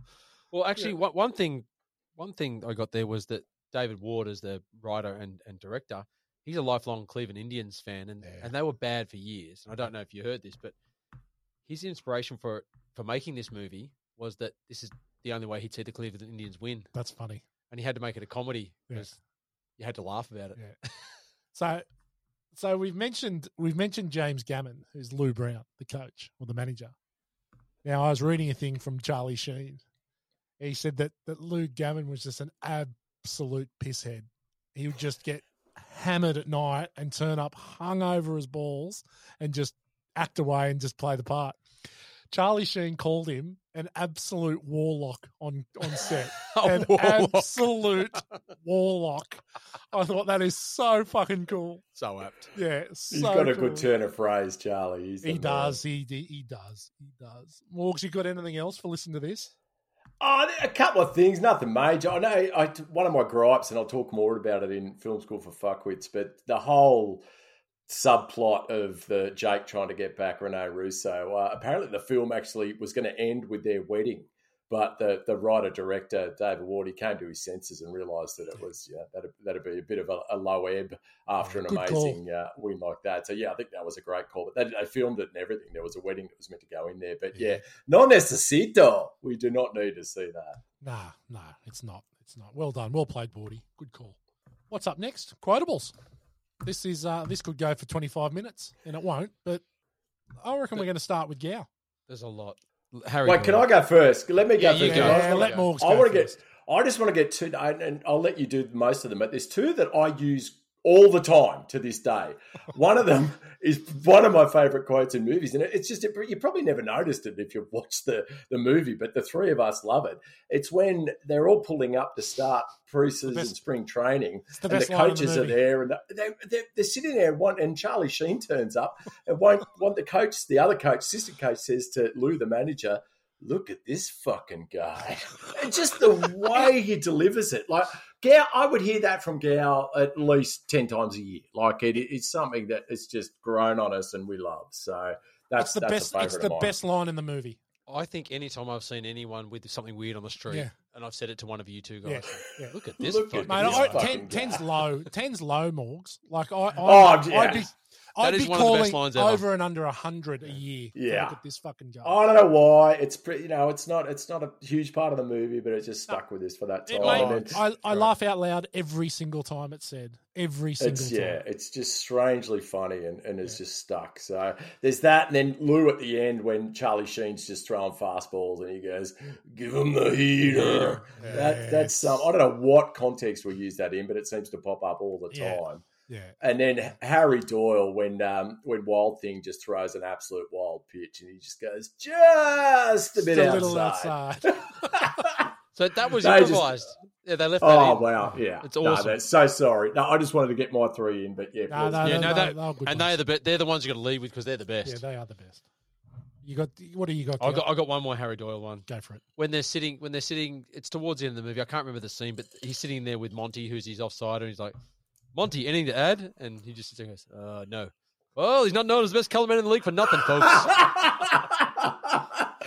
Speaker 3: Well, actually, one, one thing, one thing I got there was that David Ward, as the writer and, and director, he's a lifelong Cleveland Indians fan, and
Speaker 2: Yeah.
Speaker 3: and they were bad for years. And I don't know if you heard this, but his inspiration for for making this movie was that this is the only way he'd see the Cleveland Indians win,
Speaker 2: That's funny.
Speaker 3: and he had to make it a comedy
Speaker 2: Yeah.
Speaker 3: because you had to laugh about it.
Speaker 2: Yeah. So, so we've mentioned we've mentioned James Gammon, who's Lou Brown, the coach or the manager. Now, I was reading a thing from Charlie Sheen. He said that that Lou Gammon was just an absolute pisshead. He would just get hammered at night and turn up hungover as balls and just act away and just play the part. Charlie Sheen called him an absolute warlock on on set. [LAUGHS]
Speaker 3: [LAUGHS]
Speaker 2: an absolute warlock. I thought that is so fucking cool.
Speaker 3: So apt.
Speaker 2: Yeah,
Speaker 4: He's
Speaker 2: so
Speaker 4: got a
Speaker 2: cool.
Speaker 4: good turn of phrase, Charlie. He's the
Speaker 2: He
Speaker 4: man.
Speaker 2: does. He, he he does. He does. Morgs, you got anything else for listening to this?
Speaker 4: Oh, a couple of things, nothing major. I know I, one of my gripes, and I'll talk more about it in film school for fuckwits, but the whole subplot of the Jake trying to get back Rene Russo. Uh, apparently, the film actually was going to end with their wedding, but the the writer director David Ward he came to his senses and realised that it was yeah that'd, that'd be a bit of a, a low ebb after an
Speaker 2: Good
Speaker 4: amazing uh, win like that. So yeah, I think that was a great call. But they, they filmed it and everything. There was a wedding that was meant to go in there, but yeah, no necesito. We do not need to see that.
Speaker 2: Nah, nah, it's not. It's not. Well done. Well played, Bordy. Good call. What's up next? Quotables. This is uh this could go for twenty five minutes, and it won't. But I reckon we're going to start with Gow.
Speaker 3: There's a lot. L- Harry,
Speaker 4: Wait, can I go first? Let me go
Speaker 3: Yeah, you
Speaker 4: first.
Speaker 3: go.
Speaker 4: I was
Speaker 2: Yeah,
Speaker 4: gonna
Speaker 2: let
Speaker 4: go.
Speaker 2: Morgs
Speaker 4: I
Speaker 2: go
Speaker 4: want to get.
Speaker 2: first.
Speaker 4: I just want to get two, and and I'll let you do most of them. But there's two that I use all the time to this day. One of them is one of my favorite quotes in movies, and it- it's just you probably never noticed it if you've watched the the movie, but the three of us love it. It's when they're all pulling up to start pre-season
Speaker 2: best-
Speaker 4: spring training,
Speaker 2: It's the
Speaker 4: and the
Speaker 2: best line in the
Speaker 4: coaches
Speaker 2: movie.
Speaker 4: are there, and they, they're, they're sitting there. And, one, and Charlie Sheen turns up, and one, one the coach, the other coach, assistant coach, says to Lou, the manager, "Look at this fucking guy!" and just the way he delivers it, like Gow, I would hear that from Gow at least ten times a year. Like it, it's something that it's just grown on us, and we love. So that's
Speaker 2: It's the
Speaker 4: that's
Speaker 2: best.
Speaker 4: A
Speaker 2: It's
Speaker 4: favorite
Speaker 2: the
Speaker 4: of mine.
Speaker 2: best line in the movie.
Speaker 3: I think anytime I've seen anyone with something weird on the street,
Speaker 2: Yeah.
Speaker 3: and I've said it to one of you two
Speaker 2: Yeah,
Speaker 3: guys,
Speaker 2: yeah.
Speaker 3: look at this
Speaker 4: Look at
Speaker 3: fucking
Speaker 2: Mate,
Speaker 4: This
Speaker 2: I,
Speaker 4: [LAUGHS] fucking
Speaker 2: ten,
Speaker 4: guy.
Speaker 2: ten's low. Ten's low, Morgs. Like I, I
Speaker 4: Oh, yeah.
Speaker 2: I'd be, I'd
Speaker 3: is
Speaker 2: be
Speaker 3: one of the
Speaker 2: calling
Speaker 3: best lines ever.
Speaker 2: over and under a hundred a year. to
Speaker 4: Yeah. Oh,
Speaker 2: look at this fucking guy.
Speaker 4: I don't know why. It's pretty, you know, it's not it's not a huge part of the movie, but it just stuck with us for that
Speaker 2: It
Speaker 4: time.
Speaker 2: made-
Speaker 4: And it's-
Speaker 2: I, I laugh out loud every single time it's said. Every single
Speaker 4: it's
Speaker 2: time.
Speaker 4: yeah, it's just strangely funny and, and it's just stuck. So there's that, and then Lou at the end when Charlie Sheen's just throwing fastballs and he goes, "Give him the heater." That that's some. I don't know what context we use that in, but it seems to pop up all the
Speaker 2: Yeah.
Speaker 4: time.
Speaker 2: Yeah.
Speaker 4: And then Harry Doyle when um, when Wild Thing just throws an absolute wild pitch and he just goes just a bit
Speaker 2: Just
Speaker 4: outside. [LAUGHS]
Speaker 2: outside.
Speaker 3: So that was
Speaker 4: They just-
Speaker 3: improvised. yeah, they left that
Speaker 4: Oh
Speaker 3: in.
Speaker 4: wow, yeah,
Speaker 3: It's
Speaker 4: No,
Speaker 3: awesome.
Speaker 4: that's so sorry. No, I just wanted to get my three in, but yeah,
Speaker 2: No,
Speaker 4: please.
Speaker 2: no,
Speaker 3: yeah,
Speaker 2: no,
Speaker 3: no,
Speaker 2: no,
Speaker 3: that,
Speaker 2: no, good
Speaker 3: and
Speaker 2: ones.
Speaker 3: they are the be- they're the ones you got to lead with because they're the best.
Speaker 2: Yeah, they are the best. You got what do you got?
Speaker 3: I
Speaker 2: Theo?
Speaker 3: got I got one more Harry Doyle one.
Speaker 2: go for it.
Speaker 3: when they're sitting when they're sitting it's towards the end of the movie i can't remember the scene but he's sitting there with monty who's his offside and he's like monty anything to add and he just sits there and goes uh no well he's not known as the best color man in the league for nothing
Speaker 2: [LAUGHS]
Speaker 3: folks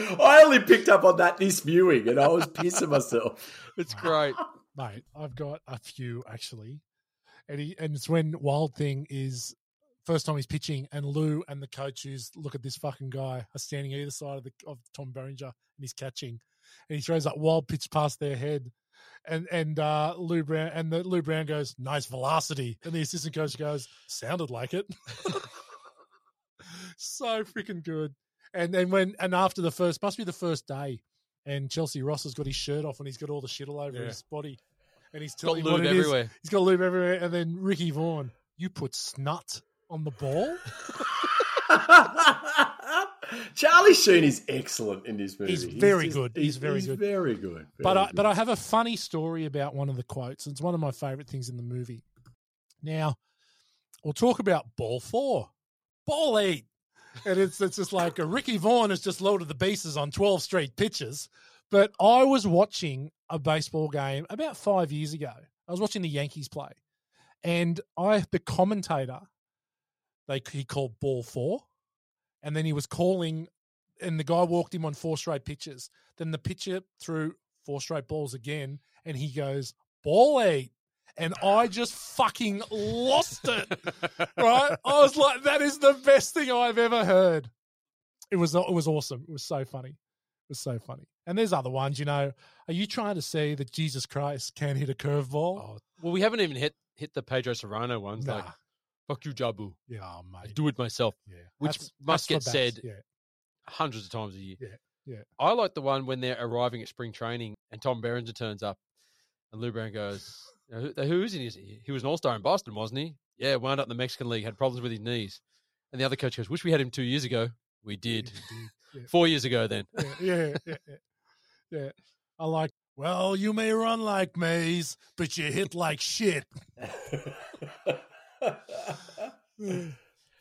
Speaker 4: I only picked up on that this viewing, and I was pissing myself.
Speaker 3: it's great
Speaker 2: Mate, I've got a few actually. And he, and it's when Wild Thing is first time he's pitching and Lou and the coach who's look at this fucking guy are standing either side of the of Tom Berenger and he's catching. And he throws that wild pitch past their head. And and uh, Lou Brown and the Lou Brown goes, nice velocity. And the assistant coach goes, sounded like it. [LAUGHS] so freaking good. And then when and after the first must be the first day, and Chelsea Ross has got his shirt off and he's got all the shit all over
Speaker 3: Yeah.
Speaker 2: his body, and he's
Speaker 3: got
Speaker 2: telling him what it
Speaker 3: lube
Speaker 2: is.
Speaker 3: everywhere
Speaker 2: He's got lube everywhere. And then Ricky Vaughan, you put snot on the ball.
Speaker 4: Charlie Sheen is excellent in this movie.
Speaker 2: He's very good. He's very
Speaker 4: he's
Speaker 2: good.
Speaker 4: Very good.
Speaker 2: but
Speaker 4: Very
Speaker 2: I, but
Speaker 4: good.
Speaker 2: I have a funny story about one of the quotes. It's one of my favorite things in the movie. Now, we'll talk about ball four, ball eight, and it's it's just like a Ricky Vaughan has just loaded the bases on twelve straight pitches. But I was watching a baseball game about five years ago. I was watching the Yankees play, and I the commentator, they he called ball four, and then he was calling, and the guy walked him on four straight pitches. Then the pitcher threw four straight balls again, and he goes ball eight, and I just fucking lost it. [LAUGHS]
Speaker 3: [LAUGHS]
Speaker 2: right? I was like, that is the best thing I've ever heard. It was it was awesome. It was so funny. It was so funny. And there's other ones, you know. Are you trying to say that Jesus Christ can hit a curveball?
Speaker 3: oh, well we haven't even hit hit the pedro serrano ones
Speaker 2: Nah.
Speaker 3: like fuck you jabu
Speaker 2: yeah, oh,
Speaker 3: i
Speaker 2: mate.
Speaker 3: do it myself
Speaker 2: Yeah.
Speaker 3: Which must
Speaker 2: for
Speaker 3: get
Speaker 2: bats.
Speaker 3: said.
Speaker 2: Yeah. [LAUGHS]
Speaker 3: hundreds of times a year.
Speaker 2: Yeah, yeah.
Speaker 3: I like the one when they're arriving at spring training and Tom Berenger turns up and Lou Brown goes, "Who, who is he? He said, He was an all star in Boston, wasn't he? Yeah, wound up in the Mexican League, had problems with his knees. And the other coach goes, Wish we had him two years ago.
Speaker 2: [LAUGHS]
Speaker 3: We did. Four years ago then.
Speaker 2: yeah, yeah, yeah, yeah. yeah. I like. Well, you may run like Mays, but you hit like shit.
Speaker 4: [LAUGHS]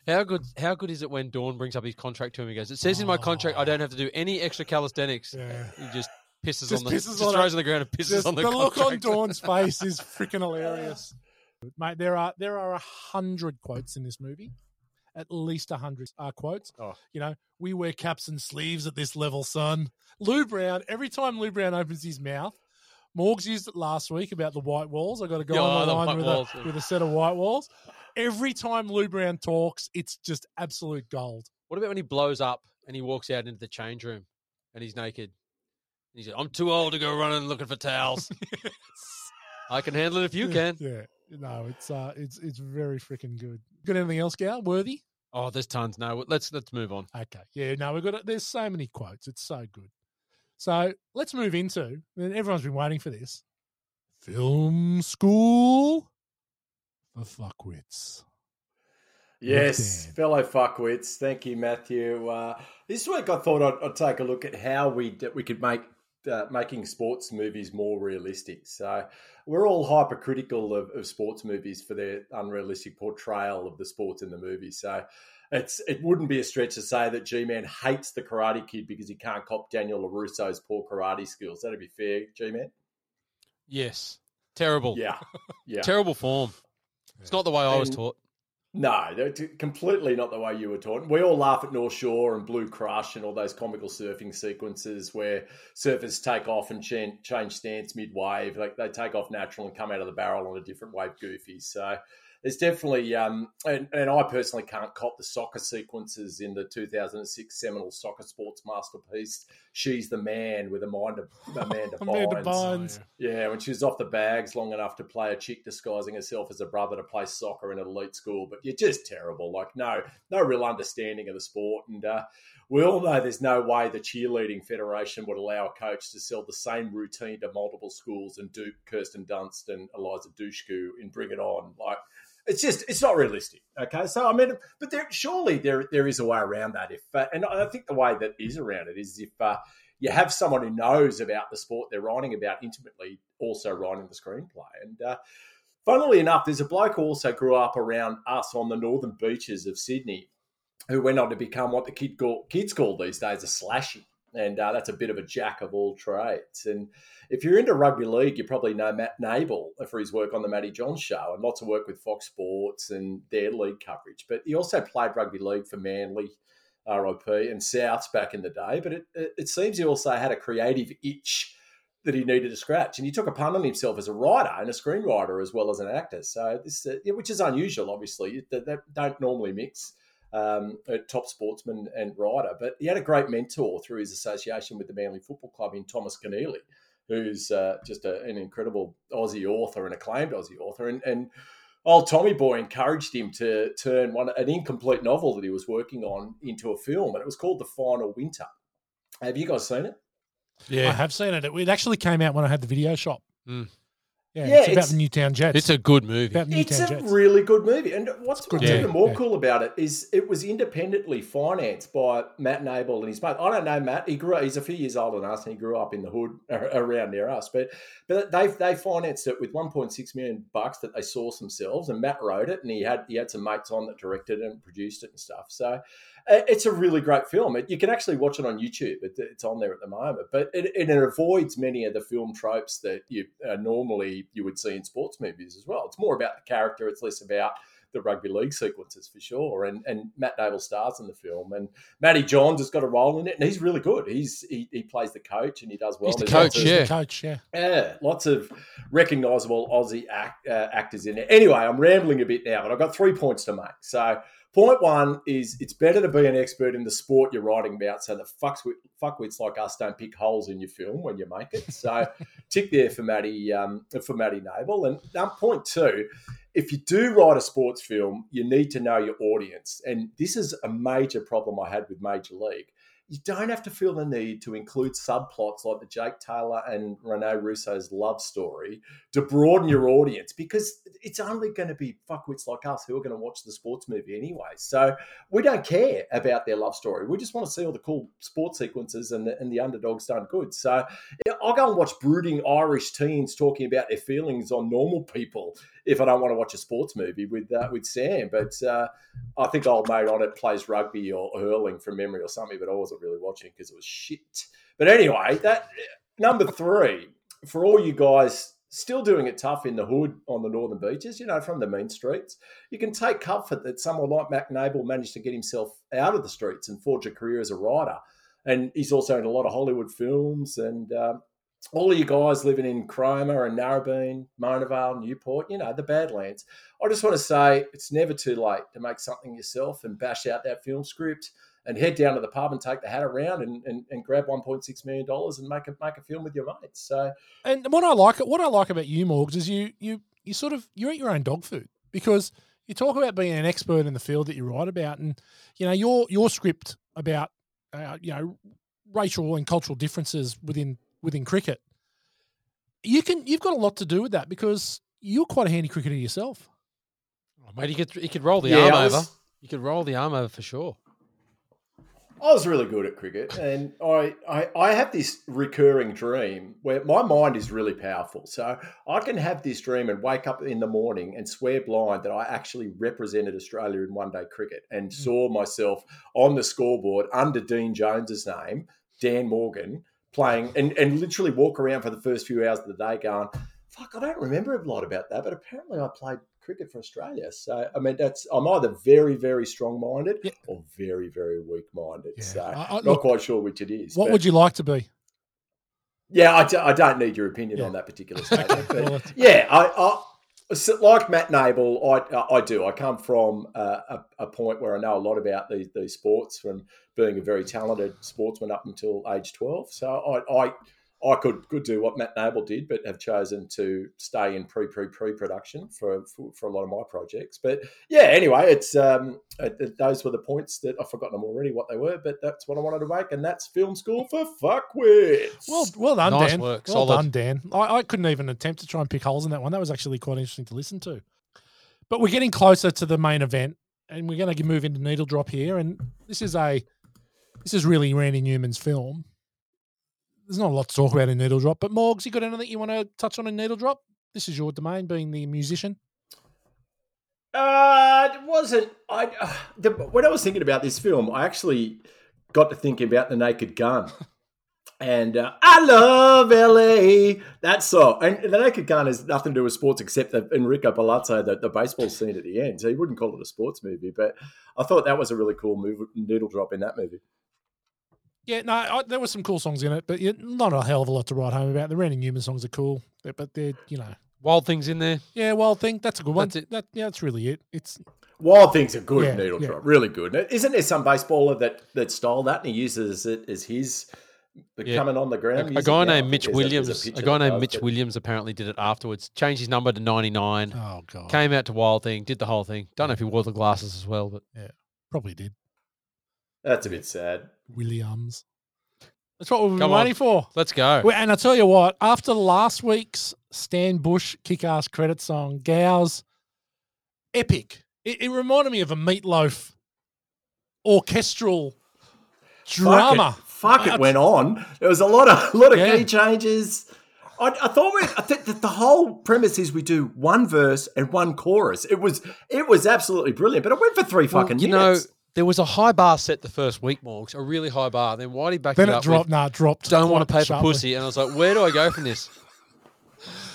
Speaker 3: How good how good is it when Dawn brings up his contract to him? He goes, It says in my contract
Speaker 2: Ah.
Speaker 3: I don't have to do any extra calisthenics.
Speaker 2: Yeah.
Speaker 3: He just pisses
Speaker 2: Just
Speaker 3: on the
Speaker 2: pisses
Speaker 3: just
Speaker 2: on
Speaker 3: throws
Speaker 2: it.
Speaker 3: on the ground and pisses
Speaker 2: Just
Speaker 3: on the,
Speaker 2: look on
Speaker 3: contract.
Speaker 2: Dawn's face
Speaker 3: [LAUGHS]
Speaker 2: is freaking hilarious, mate. There are there are a hundred quotes in this movie, at least a hundred uh, quotes.
Speaker 3: Oh.
Speaker 2: You know, we wear caps and sleeves at this level, son. Lou Brown. Every time Lou Brown opens his mouth, Morgs used it last week about the white walls. I got to go
Speaker 3: Yeah,
Speaker 2: on
Speaker 3: the
Speaker 2: the line
Speaker 3: white
Speaker 2: with
Speaker 3: walls.
Speaker 2: a with a set of white walls. Every time Lou Brown talks, it's just absolute gold.
Speaker 3: What about when he blows up and he walks out into the change room and he's naked? And he said, I'm too old to go running looking for towels. I can handle it if you can.
Speaker 2: [LAUGHS] Yeah. No, it's uh it's it's very freaking good. Got anything else, Gal? Worthy?
Speaker 3: Oh, there's tons. No, let's let's move on.
Speaker 2: Okay. Yeah, no, we've got there's so many quotes. It's so good. So let's move into and everyone's been waiting for this. Film school for fuckwits.
Speaker 4: Yes,
Speaker 2: Look, Dan.
Speaker 4: fellow fuckwits. Thank you, Matthew. Uh, this week, I thought I'd, I'd take a look at how we d- we could make uh, making sports movies more realistic. So we're all hypercritical of, of sports movies for their unrealistic portrayal of the sports in the movie. So it's it wouldn't be a stretch to say that G-Man hates the Karate Kid because he can't cop Daniel LaRusso's poor karate skills. That'd be fair, G-Man.
Speaker 3: Yes. Terrible.
Speaker 4: Yeah, yeah.
Speaker 3: Terrible form. It's not the way I was
Speaker 4: And-
Speaker 3: taught.
Speaker 4: No, that's completely not the way you were taught. We all laugh at North Shore and Blue Crush and all those comical surfing sequences where surfers take off and chan- change stance mid wave. Like they take off natural and come out of the barrel on a different wave goofy. So it's definitely, um, and, and I personally can't cop the soccer sequences in the 2006 seminal soccer sports masterpiece, She's the Man with Amanda, Amanda
Speaker 2: Amanda
Speaker 4: Bynes.
Speaker 2: Bynes.
Speaker 3: Oh,
Speaker 4: Yeah, when she was off the bags long enough to play a chick disguising herself as a brother to play soccer in an elite school, but you're just terrible. Like, no, no real understanding of the sport. And uh, we all know there's no way the cheerleading federation would allow a coach to sell the same routine to multiple schools and dupe Kirsten Dunst and Eliza Dushku and Bring It On. Like, it's just it's not realistic. Okay, so I mean, but there surely there there is a way around that. If uh, and I think the way that is around it is if. Uh, you have someone who knows about the sport they're writing about intimately also writing the screenplay. And uh, funnily enough, there's a bloke who also grew up around us on the northern beaches of Sydney who went on to become what the kid call, kids call these days a slashy. And uh, that's a bit of a jack of all trades. And if you're into rugby league, you probably know Matt Nable for his work on the Matty John show and lots of work with Fox Sports and their league coverage. But he also played rugby league for Manly, RIP and Souths back in the day, but it, it, it seems he also had a creative itch that he needed to scratch. And he took a pun on himself as a writer and a screenwriter as well as an actor. So this, uh, yeah, which is unusual, obviously. They, they don't normally mix um, a top sportsman and writer. But he had a great mentor through his association with the Manly Football Club in Thomas Keneally, who's uh, just a, an incredible Aussie author and acclaimed Aussie author. And, and old Tommy Boy encouraged him to turn one an incomplete novel that he was working on into a film, and it was called The Final Winter. Have you guys seen it?
Speaker 2: I have seen it. it. It actually came out when I had the video shop.
Speaker 3: Mm.
Speaker 2: Yeah,
Speaker 4: Yeah,
Speaker 2: it's about
Speaker 4: it's-
Speaker 2: the Newtown Jets.
Speaker 3: It's a good movie.
Speaker 2: about Newtown
Speaker 4: It's a
Speaker 2: Jets.
Speaker 4: really good movie, and what's, what's
Speaker 2: movie,
Speaker 4: even more
Speaker 2: yeah.
Speaker 4: cool about it is it was independently financed by Matt Nable and his mate. I don't know Matt; he grew he's a few years older than us, and he grew up in the hood [LAUGHS] ar- around near us. But but they they financed it with 1.6 million bucks that they sourced themselves, and Matt wrote it, and he had he had some mates on that directed and produced it and stuff. So uh, it's a really great film. It, you can actually watch it on YouTube. It, it's on there at the moment, but it, it, avoids many of the film tropes that you uh, normally you would see in sports movies as well. It's more about the character. It's less about the rugby league sequences for sure. And and Matt Dable stars in the film, and Matty Johns has got a role in it, and he's really good. He's he, he plays the coach, and he does well.
Speaker 3: He's the
Speaker 4: There's lots
Speaker 3: coach,
Speaker 4: of-
Speaker 3: yeah.
Speaker 2: The coach, yeah.
Speaker 4: yeah, lots of recognisable Aussie act, uh, actors in there. Anyway, I'm rambling a bit now, but I've got three points to make. So, point one is it's better to be an expert in the sport you're writing about, so that fucks with, fuckwits like us don't pick holes in your film when you make it. So, tick there for Matty um, for Matty Noble. And um, point two, if you do write a sports film, you need to know your audience, and this is a major problem I had with Major League you don't have to feel the need to include subplots like the Jake Taylor and Rene Russo's love story to broaden your audience because it's only going to be fuckwits like us who are going to watch the sports movie anyway. So we don't care about their love story. We just want to see all the cool sports sequences and the, and the underdogs done good. So yeah, I'll go and watch brooding Irish teens talking about their feelings on normal people if I don't want to watch a sports movie with uh, with Sam. But uh, I think old mate on it plays rugby or hurling from memory or something, but I wasn't really watching because it was shit. But anyway, that number three for all you guys still doing it tough in the hood on the northern beaches, you know, from the mean streets, you can take comfort that someone like Mac Nable managed to get himself out of the streets and forge a career as a writer. And he's also in a lot of Hollywood films and. Um, all of you guys living in Cromer and Narrabeen, Monavale, Newport, you know, the Badlands. I just want to say it's never too late to make something yourself and bash out that film script and head down to the pub and take the hat around and, and, and grab $1.6 million and make a, make a film with your mates. So,
Speaker 2: And what I like, what I like about you, Morgs, is you, you, you sort of you eat your own dog food because you talk about being an expert in the field that you write about, and you know your your script about uh, you know racial and cultural differences within within cricket. You can you've got a lot to do with that because you're quite a handy cricketer yourself.
Speaker 3: Mate, he could he could roll the
Speaker 4: yeah,
Speaker 3: arm
Speaker 4: I was-
Speaker 3: over. He could roll the arm over for sure.
Speaker 4: I was really good at cricket, and I, I I have this recurring dream where my mind is really powerful. So I can have this dream and wake up in the morning and swear blind that I actually represented Australia in one day cricket
Speaker 3: Hmm.
Speaker 4: and saw myself on the scoreboard under Dean Jones's name, Dan Morgan, playing and, and literally walk around for the first few hours of the day going, fuck, I don't remember a lot about that, but apparently I played cricket for Australia. So I mean that's I'm either very, very strong minded
Speaker 2: Yeah.
Speaker 4: or very, very weak minded.
Speaker 2: Yeah.
Speaker 4: So
Speaker 2: I- I-
Speaker 4: not
Speaker 2: look,
Speaker 4: quite sure which it is.
Speaker 2: What
Speaker 4: but-
Speaker 2: would you like to be?
Speaker 4: Yeah, I, d- I don't need your opinion
Speaker 2: Yeah.
Speaker 4: on that particular statement.
Speaker 2: [LAUGHS] Well,
Speaker 4: but
Speaker 2: it's-
Speaker 4: yeah, I, I So like Matt Nable, I I- I do. I come from uh, a, a point where I know a lot about these these sports from being a very talented sportsman up until age twelve. So I I, I could could do what Matt Nable did, but have chosen to stay in pre pre pre production for, for for a lot of my projects. But yeah, anyway, it's um it, it- those were the points that I've forgotten them already what they were, but that's what I wanted to make, and that's film school for fuckwits.
Speaker 2: Well, well done,
Speaker 3: Nice
Speaker 2: Dan.
Speaker 3: work,
Speaker 2: well
Speaker 3: solid.
Speaker 2: done, Dan. I, I couldn't even attempt to try and pick holes in that one. That was actually quite interesting to listen to. But we're getting closer to the main event, and we're going to move into needle drop here. And this is a this is really Randy Newman's film. There's not a lot to talk about in needle drop, but Morgs, you got anything you want to touch on in needle drop? This is your domain, being the musician.
Speaker 4: Uh, it wasn't. I uh, the, when I was thinking about this film, I actually got to thinking about the Naked Gun, and uh, I love LA. That song and the Naked Gun has nothing to do with sports except that Enrico Palazzo, the, the baseball scene at the end. So you wouldn't call it a sports movie, but I thought that was a really cool move, noodle drop in that movie.
Speaker 2: Yeah, no, I, there were some cool songs in it, but yeah, not a hell of a lot to write home about. The Randy Newman songs are cool, but- but they're you know,
Speaker 3: Wild things in there.
Speaker 2: yeah, Wild Thing, that's a good one.
Speaker 3: That's it.
Speaker 2: That, yeah, that's really it. It's
Speaker 4: Wild Thing's a good
Speaker 2: Yeah,
Speaker 4: needle
Speaker 2: yeah.
Speaker 4: drop, really good. And Isn't there some baseballer that that stole that and he uses it as his?
Speaker 3: Yeah.
Speaker 4: Coming on the
Speaker 3: A,
Speaker 4: ground.
Speaker 3: a
Speaker 4: music
Speaker 3: guy
Speaker 4: now?
Speaker 3: named
Speaker 4: I think
Speaker 3: Mitch
Speaker 4: there's there's
Speaker 3: Williams. A,
Speaker 4: picture
Speaker 3: guy
Speaker 4: that
Speaker 3: named
Speaker 4: does,
Speaker 3: Mitch
Speaker 4: but-
Speaker 3: Williams apparently did it afterwards. Changed his number to ninety nine.
Speaker 2: Oh god,
Speaker 3: Came out to Wild Thing, did the whole thing. Don't know if he wore the glasses as well, but
Speaker 2: probably did
Speaker 4: That's a bit sad.
Speaker 2: Williams. That's what we've been
Speaker 3: Come on.
Speaker 2: waiting for.
Speaker 3: let's go.
Speaker 2: Well, And I tell you what, after last week's Stan Bush kick-ass credit song, Gow's epic. It, it reminded me of a meatloaf orchestral drama.
Speaker 4: Fuck it, fuck it went on. There was a lot of a lot of
Speaker 2: Yeah.
Speaker 4: key changes. I, I thought we, I think that the whole premise is we do one verse and one chorus. It was it was absolutely brilliant, but it went for three
Speaker 3: Well,
Speaker 4: fucking
Speaker 3: you
Speaker 4: minutes.
Speaker 3: know, there was a high bar set the first week, Morgs, a really high bar. Then Whitey backed
Speaker 2: Then
Speaker 3: it
Speaker 2: it
Speaker 3: up
Speaker 2: dropped.
Speaker 3: with,
Speaker 2: Nah, it dropped.
Speaker 3: don't want to
Speaker 2: quite
Speaker 3: pay for
Speaker 2: sharply.
Speaker 3: pussy. And I was like, where do I go from this?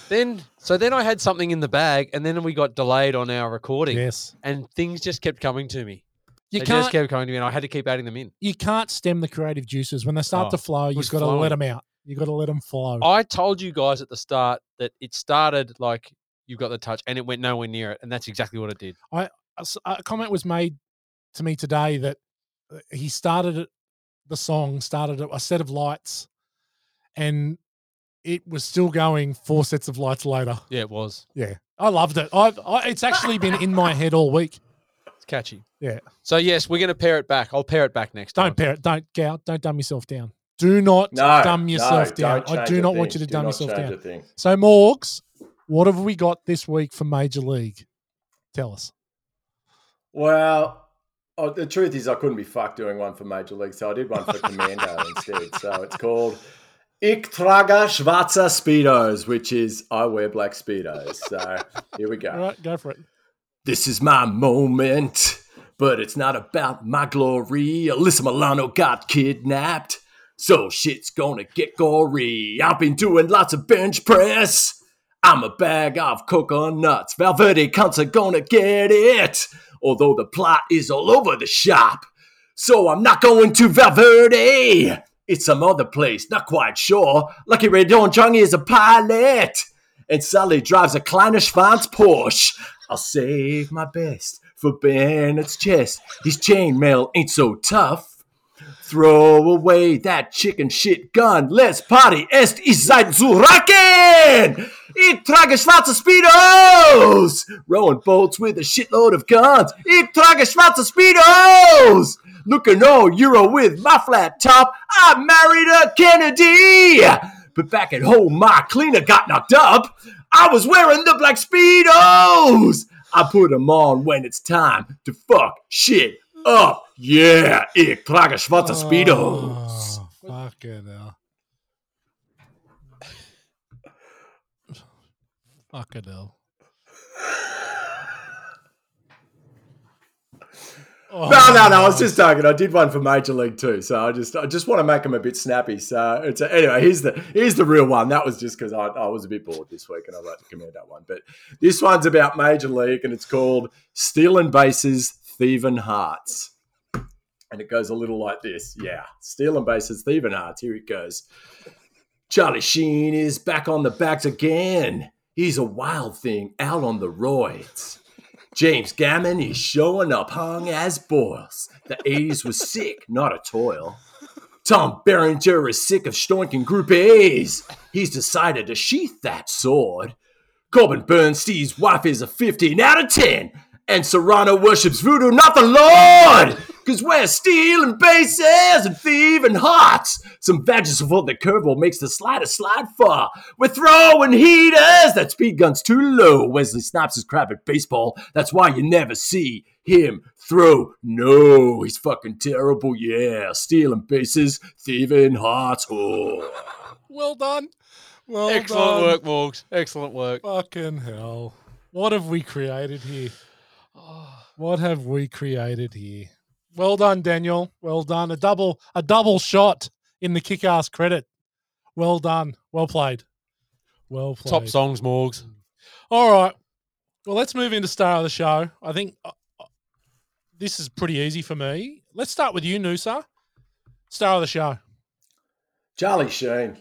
Speaker 3: then, so then I had something in the bag, and then we got delayed on our recording,
Speaker 2: Yes,
Speaker 3: and things just kept coming to me.
Speaker 2: you
Speaker 3: they
Speaker 2: can't.
Speaker 3: just kept coming to me, and I had to keep adding them in.
Speaker 2: you can't stem the creative juices when they start
Speaker 3: Oh,
Speaker 2: to flow. You've
Speaker 3: was
Speaker 2: got to let
Speaker 3: flowing.
Speaker 2: them out. You've got to let them flow.
Speaker 3: I told you guys at the start that it started like you got the touch, and it went nowhere near it, and that's exactly what it did.
Speaker 2: a s- a comment was made to me today that uh, he started it- the song started a a set of lights and it was still going four sets of lights later
Speaker 3: Yeah, it was.
Speaker 2: yeah i loved it I've, I, it's actually been in my head all
Speaker 4: [LAUGHS]
Speaker 2: week
Speaker 3: It's catchy.
Speaker 2: Yeah.
Speaker 3: So yes, we're going to pair it back. I'll pair it back next time.
Speaker 2: don't pair it don't gout don't dumb yourself down do not
Speaker 4: No,
Speaker 2: dumb
Speaker 4: no,
Speaker 2: yourself down
Speaker 4: don't
Speaker 2: i
Speaker 4: change
Speaker 2: do
Speaker 4: a
Speaker 2: not want you to
Speaker 4: thing. Do
Speaker 2: dumb
Speaker 4: not
Speaker 2: yourself
Speaker 4: change
Speaker 2: down
Speaker 4: a thing.
Speaker 2: so morgs what have we got this week for major league tell us
Speaker 4: Well, oh, the truth is, I couldn't be fucked doing one for Major League, so I did one for Commando
Speaker 2: [LAUGHS]
Speaker 4: instead. So it's called Ich trage schwarze Speedos, which is I wear black Speedos. So here we go.
Speaker 2: all [LAUGHS] right go for it
Speaker 4: This is my moment, but it's not about my glory. Alyssa Milano got kidnapped, so shit's gonna get gory. I've been doing lots of bench press. I'm a bag of coconuts. Valverde cunts are gonna get it, although the plot is all over the shop. So I'm not going to Valverde. It's some other place, not quite sure. Lucky Radon Jung is a pilot and Sally drives a Kleiner Schwanz Porsche. I'll save my best for Bennett's chest. His chainmail ain't so tough. Throw away that chicken shit gun. Let's party. Es ist Zeit zu rocken. Ich trage schwarze Speedos. Rowing boats with a shitload of guns. Ich trage schwarze Speedos. Looking all Euro with my flat top. I married a Kennedy. But back at home, my cleaner got knocked up. I was wearing the black Speedos. I put 'em on when it's time to fuck shit up. Yeah, ich trage schwarze Speedos.
Speaker 2: Oh, fucking hell. fucking hell. Oh,
Speaker 4: No, no, no. I was just joking. I did one for Major League too, so I just, I just want to make them a bit snappy. So it's a, anyway. Here's the, here's the real one. That was just because I, I was a bit bored this week, and I like to commend that one. But this one's about Major League, and it's called Stealing Bases, Thieving Hearts. And it goes a little like this. Yeah, Stealing Bases, Thieving Hearts. Here it goes. Charlie Sheen is back on the backs again. He's a wild thing out on the roids. James Gammon is showing up hung as boils. The 80s was sick, not a toil. Tom Berenger is sick of stoinking Group A's. He's decided to sheath that sword. Corbin Bernstein's wife is a 15 out of 10. And Serrano worships voodoo, not the Lord! Cause we're stealing bases and thieving hearts. Some badges of what the curveball makes the slider slide far. We're throwing heaters, that speed gun's too low. Wesley snaps his crap at baseball, that's why you never see him throw. No, he's fucking terrible, yeah. Stealing bases, thieving hearts, oh.
Speaker 2: Well done. Well
Speaker 3: Excellent
Speaker 2: done.
Speaker 3: work, Morgs. Excellent work.
Speaker 2: Fucking hell. What have we created here? What have we created here? Well done, Daniel. Well done. A double a double shot in the kick ass credit. Well done. Well played. Well played.
Speaker 3: Top songs, Morgs.
Speaker 2: All right. Well, let's move into star of the show. I think uh, uh, this is pretty easy for me. Let's start with you, Noosa. Star of the show.
Speaker 4: Charlie Sheen.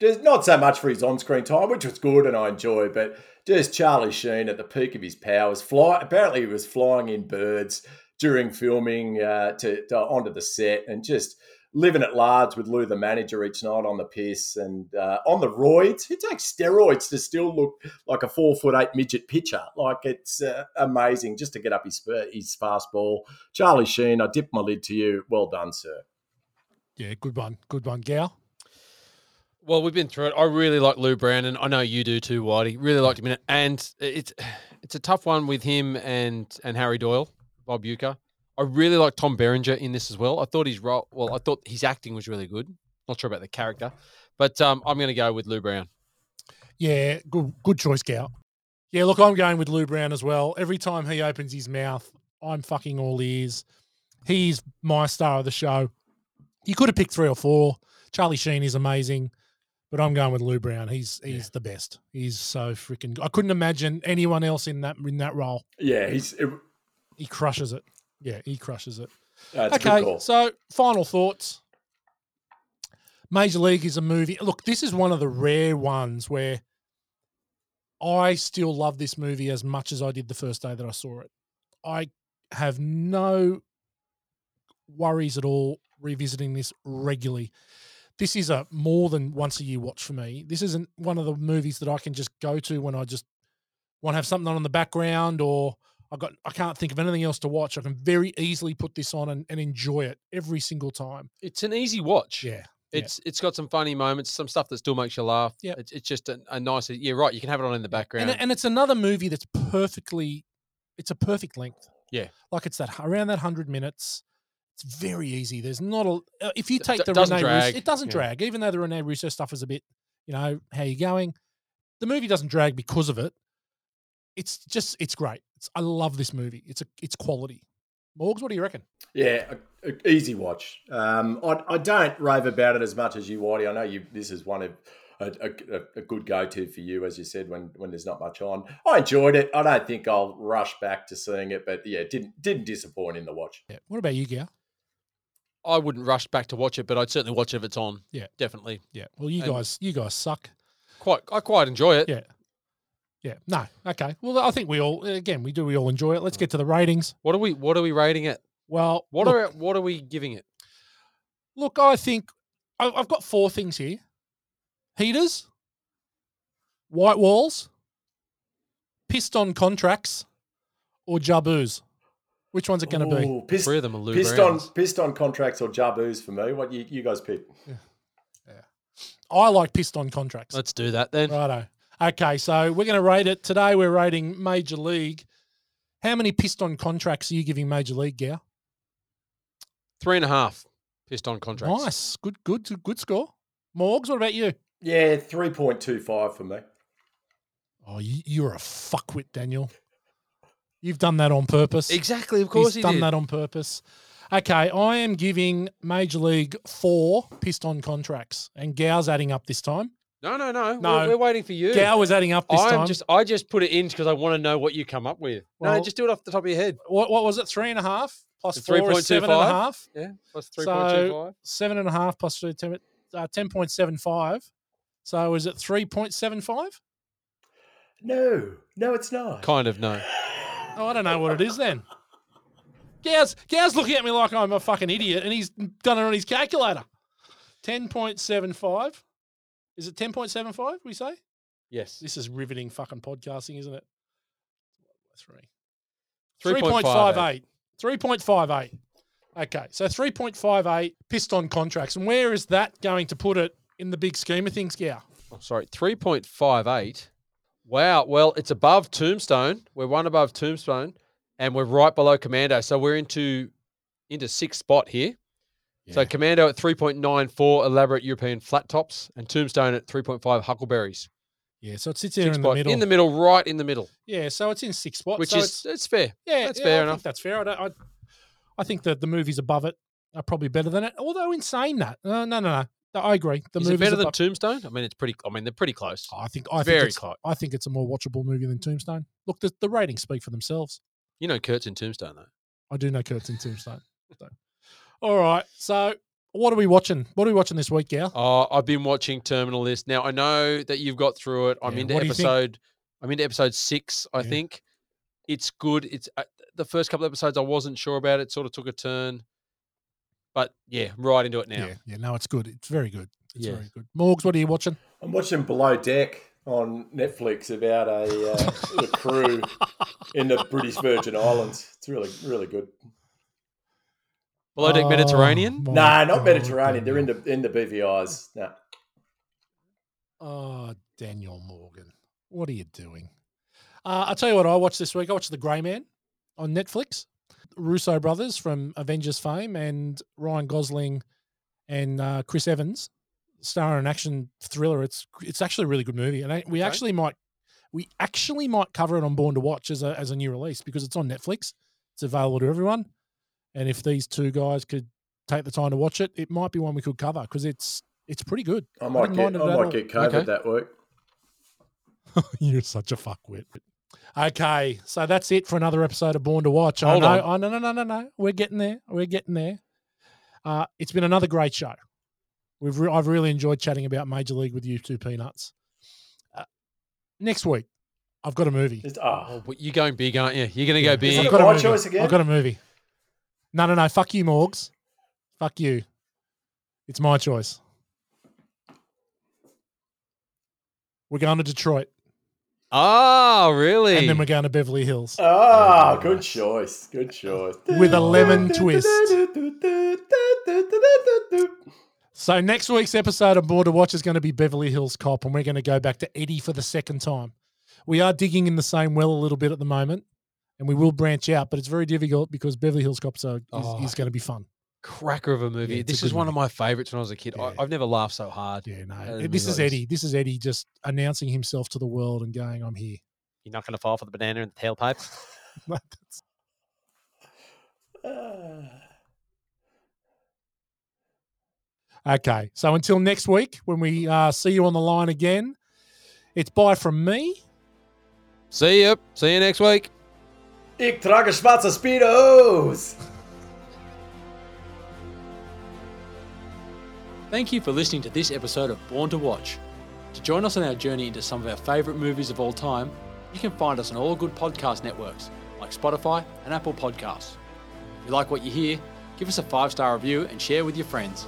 Speaker 4: Just not so much for his on-screen time, which was good and I enjoy, but just Charlie Sheen at the peak of his powers. Fly. Apparently, he was flying in birds during filming uh, to, to onto the set and just living at large with Lou, the manager, each night on the piss and uh, on the roids. He takes steroids to still look like a four foot eight midget pitcher. Like it's uh, amazing just to get up his sp- his fastball. Charlie Sheen, I dip my lid to you. Well done, sir.
Speaker 2: Yeah, good one. Good one, gal.
Speaker 3: Well, we've been through it. I really like Lou Brandon. I know you do too, Whitey. Really liked him in it, and it's it's a tough one with him and and Harry Doyle, Bob Uecker. I really like Tom Berenger in this as well. I thought his role, well, I thought his acting was really good. Not sure about the character, but um, I'm going to go with Lou Brown.
Speaker 2: Yeah, good good choice, Gout. Yeah, look, I'm going with Lou Brown as well. Every time he opens his mouth, I'm fucking all ears. He's my star of the show. You could have picked three or four. Charlie Sheen is amazing, but I'm going with Lou Brown. He's he's the best. He's so freaking. I couldn't imagine anyone else in that in that role.
Speaker 4: Yeah, he's it,
Speaker 2: He crushes it. Yeah, he crushes it.
Speaker 4: that's a good
Speaker 2: okay,
Speaker 4: call.
Speaker 2: so final thoughts. Major League is a movie. Look, this is one of the rare ones where I still love this movie as much as I did the first day that I saw it. I have no worries at all revisiting this regularly. This is a more than once a year watch for me. This isn't one of the movies that I can just go to when I just want to have something on in the background or I got I can't think of anything else to watch. I can very easily put this on and, and enjoy it every single time.
Speaker 3: It's an easy watch.
Speaker 2: Yeah. yeah.
Speaker 3: It's it's got some funny moments, some stuff that still makes you laugh.
Speaker 2: Yeah.
Speaker 3: it's, it's just a, a nice. Yeah, right. You can have it on in the background.
Speaker 2: And, and it's another movie that's perfectly, it's a perfect length.
Speaker 3: Yeah.
Speaker 2: Like it's that hu- around that hundred minutes. It's very easy. There's not a uh, if you
Speaker 3: D-
Speaker 2: take
Speaker 3: d-
Speaker 2: the
Speaker 3: doesn't
Speaker 2: Rene
Speaker 3: drag,
Speaker 2: Russo, it doesn't
Speaker 3: yeah.
Speaker 2: drag. Even though the Rene Russo stuff is a bit, you know, how you going? The movie doesn't drag because of it. It's just it's great. It's, I love this movie. It's a it's quality. Morgs, what do you reckon?
Speaker 4: Yeah, a- a- easy watch. Um, I, I don't rave about it as much as you, Whitey. I know you. This is one of a, a, a- a good go-to for you, as you said, when when there's not much on. I enjoyed it. I don't think I'll rush back to seeing it, but yeah, it didn't didn't disappoint in the watch.
Speaker 2: Yeah. What about you, Gow?
Speaker 3: I wouldn't rush back to watch it, but I'd certainly watch it if it's on.
Speaker 2: Yeah.
Speaker 3: definitely.
Speaker 2: Yeah. Well, you
Speaker 3: And-
Speaker 2: guys, you guys suck.
Speaker 3: Quite, I quite enjoy it.
Speaker 2: Yeah. Yeah. No. Okay. Well, I think we all again we do we all enjoy it. Let's get to the ratings.
Speaker 3: What are we? What are we rating it?
Speaker 2: Well,
Speaker 3: Mm. What
Speaker 2: look,
Speaker 3: are what are we giving it?
Speaker 2: look? I think I, I've got four things here: heaters, white walls, pissed on contracts, or jaboos. Which one's it going to be?
Speaker 4: Ooh, pissed,
Speaker 3: Three of them are Lou
Speaker 4: pissed on
Speaker 3: Browns.
Speaker 4: pissed on contracts or jaboos for me. What you, you guys pick?
Speaker 2: I like pissed on contracts.
Speaker 3: Let's do that then.
Speaker 2: Righto. Okay, so we're going to rate it today. We're rating Major League. How many pissed on contracts are you giving Major League, Gow?
Speaker 3: Three and a half pissed on contracts.
Speaker 2: Nice. Good, good, good score. Morgs, what about you?
Speaker 4: Yeah, three point two five for me.
Speaker 2: Oh, you, you're a fuckwit, Daniel. You've done that on purpose.
Speaker 3: Exactly. Of course
Speaker 2: He's
Speaker 3: he
Speaker 2: done
Speaker 3: did.
Speaker 2: that on purpose. Okay, I am giving Major League four pissed on contracts, and Gow's adding up this time.
Speaker 3: No, no, no.
Speaker 2: No.
Speaker 3: We're, we're waiting for you.
Speaker 2: Gow was adding up this
Speaker 3: I'm
Speaker 2: time.
Speaker 3: just I just put it in because I want to know what you come up with. no,
Speaker 2: Well-
Speaker 3: just do it off the top of your head.
Speaker 2: what, what was it? Three and a half plus
Speaker 3: It's
Speaker 2: four is seven and a
Speaker 3: 3.25.
Speaker 2: half.
Speaker 3: Yeah, plus
Speaker 2: So-
Speaker 3: three point two five.
Speaker 2: Seven and a half plus three, ten, uh, 10.75. So is it 3.75?
Speaker 4: No, no, it's not.
Speaker 3: Kind of no.
Speaker 2: Oh, I don't know what it is then. Gow's, Gow's looking at me like I'm a fucking idiot, and he's done it on his calculator. 10.75. Is it 10.75, we say?
Speaker 3: Yes.
Speaker 2: This is riveting fucking podcasting, isn't it? Three.
Speaker 3: 3.58.
Speaker 2: 3.58. 3.58. Okay, so 3.58 piston contracts. And where is that going to put it in the big scheme of things, Gow?
Speaker 3: Oh, sorry, 3.58. Wow. Well, it's above Tombstone. We're one above Tombstone, and we're right below Commando. So we're into into sixth spot here. So Commando at 3.94 elaborate European flat tops, and Tombstone at 3.5 Huckleberries.
Speaker 2: Yeah, so it sits there
Speaker 3: Six
Speaker 2: in the
Speaker 3: spot.
Speaker 2: middle.
Speaker 3: In the middle, right in the middle,
Speaker 2: yeah, so it's in six spots.
Speaker 3: which
Speaker 2: so
Speaker 3: is
Speaker 2: it's-
Speaker 3: it's, fair.
Speaker 2: Yeah,
Speaker 3: that's
Speaker 2: yeah,
Speaker 3: fair
Speaker 2: I
Speaker 3: enough.
Speaker 2: Think that's fair. I, don't, I, I think that the movies above it are probably better than it. Although in saying that, uh, no, no, no, no. I agree. The
Speaker 3: is
Speaker 2: movies
Speaker 3: it better than
Speaker 2: above- Oh.
Speaker 3: Tombstone? I mean, it's pretty. I mean, they're pretty close.
Speaker 2: I think I
Speaker 3: Very
Speaker 2: think it's,
Speaker 3: close.
Speaker 2: I think it's a more watchable movie than Tombstone. Look, the, the ratings speak for themselves.
Speaker 3: You know, Kurt's in Tombstone though.
Speaker 2: I do know Kurt's in Tombstone. so. All right, so what are we watching? What are we watching this week, Gal?
Speaker 3: Oh, I've been watching Terminal List. Now I know that you've got through it. I'm
Speaker 2: Yeah,
Speaker 3: into
Speaker 2: what do you think?
Speaker 3: episode. I'm into episode six. I
Speaker 2: Yeah.
Speaker 3: think it's good. It's uh, the first couple of episodes I wasn't sure about. It sort of took a turn, but yeah, right into it now.
Speaker 2: yeah, yeah, no, it's good. It's very good. It's
Speaker 3: Yeah.
Speaker 2: very good. Morgs, what are you watching?
Speaker 4: I'm watching Below Deck on Netflix about a uh, the crew in the British Virgin Islands. It's really, really good.
Speaker 3: Below deck
Speaker 2: Oh,
Speaker 3: Mediterranean.
Speaker 2: my
Speaker 4: nah, not
Speaker 2: God,
Speaker 4: Mediterranean. They're in
Speaker 2: Daniel.
Speaker 4: the in the BVI's. Nah.
Speaker 2: Oh, Daniel Morgan, what are you doing? Uh, I'll tell you what I watched this week. I watched The Grey Man on Netflix. Russo brothers from Avengers fame and Ryan Gosling and uh, Chris Evans star an action thriller. It's it's actually a really good movie, and I, we
Speaker 3: Okay.
Speaker 2: actually might we actually might cover it on Born to Watch as a as a new release because it's on Netflix. It's available to everyone, and if these two guys could take the time to watch it, it might be one we could cover because it's it's pretty good.
Speaker 4: I might
Speaker 2: didn't
Speaker 4: get
Speaker 2: mind
Speaker 4: I
Speaker 2: it at all.
Speaker 4: might get COVID
Speaker 3: Okay.
Speaker 4: that week.
Speaker 2: [LAUGHS] You're such a fuckwit. Okay, so that's it for another episode of Born to Watch.
Speaker 3: Hold
Speaker 2: I know, I know, no, no, no, no. We're getting there. We're getting there. Uh, it's been another great show. We've re- I've really enjoyed chatting about Major League with you two peanuts. Uh, next week, I've got a movie.
Speaker 4: Just, oh.
Speaker 3: Oh, but you're going big, aren't you? You're going to
Speaker 2: Yeah.
Speaker 3: go big.
Speaker 4: it
Speaker 2: I've got a
Speaker 4: my
Speaker 2: movie.
Speaker 4: choice again?
Speaker 2: I've got a movie. No, no, no. Fuck you, Morgs. Fuck you. It's my choice. We're going to Detroit,
Speaker 3: Oh, really?
Speaker 2: and then we're going to Beverly Hills.
Speaker 4: Ah, good choice. Good choice.
Speaker 2: oh, With a lemon twist. So next week's episode of Border Watch is going to be Beverly Hills Cop, and we're going to go back to Eddie for the second time. We are digging in the same well a little bit at the moment, and we will branch out, but it's very difficult because Beverly Hills Cops are, is,
Speaker 3: Oh.
Speaker 2: is going to be fun.
Speaker 3: Cracker of a movie.
Speaker 2: Yeah, it's a
Speaker 3: this
Speaker 2: good
Speaker 3: is one of
Speaker 2: movie.
Speaker 3: my favorites when I was a kid.
Speaker 2: Yeah.
Speaker 3: I, I've never laughed so hard.
Speaker 2: Yeah, no,
Speaker 3: didn't
Speaker 2: this is
Speaker 3: realise.
Speaker 2: Eddie. This is Eddie just announcing himself to the world and going, "I'm here."
Speaker 3: You're not going to fall for the banana and the tailpipe. [LAUGHS]
Speaker 4: Ah.
Speaker 2: Okay, so until next week when we uh, see you on the line again, it's bye from me.
Speaker 3: See you. See you next week.
Speaker 4: Ich trage schwarze Speedos.
Speaker 1: Thank you for listening to this episode of Born to Watch. To join us on our journey into some of our favourite movies of all time, you can find us on all good podcast networks like Spotify and Apple Podcasts. If you like what you hear, give us a five star review and share with your friends.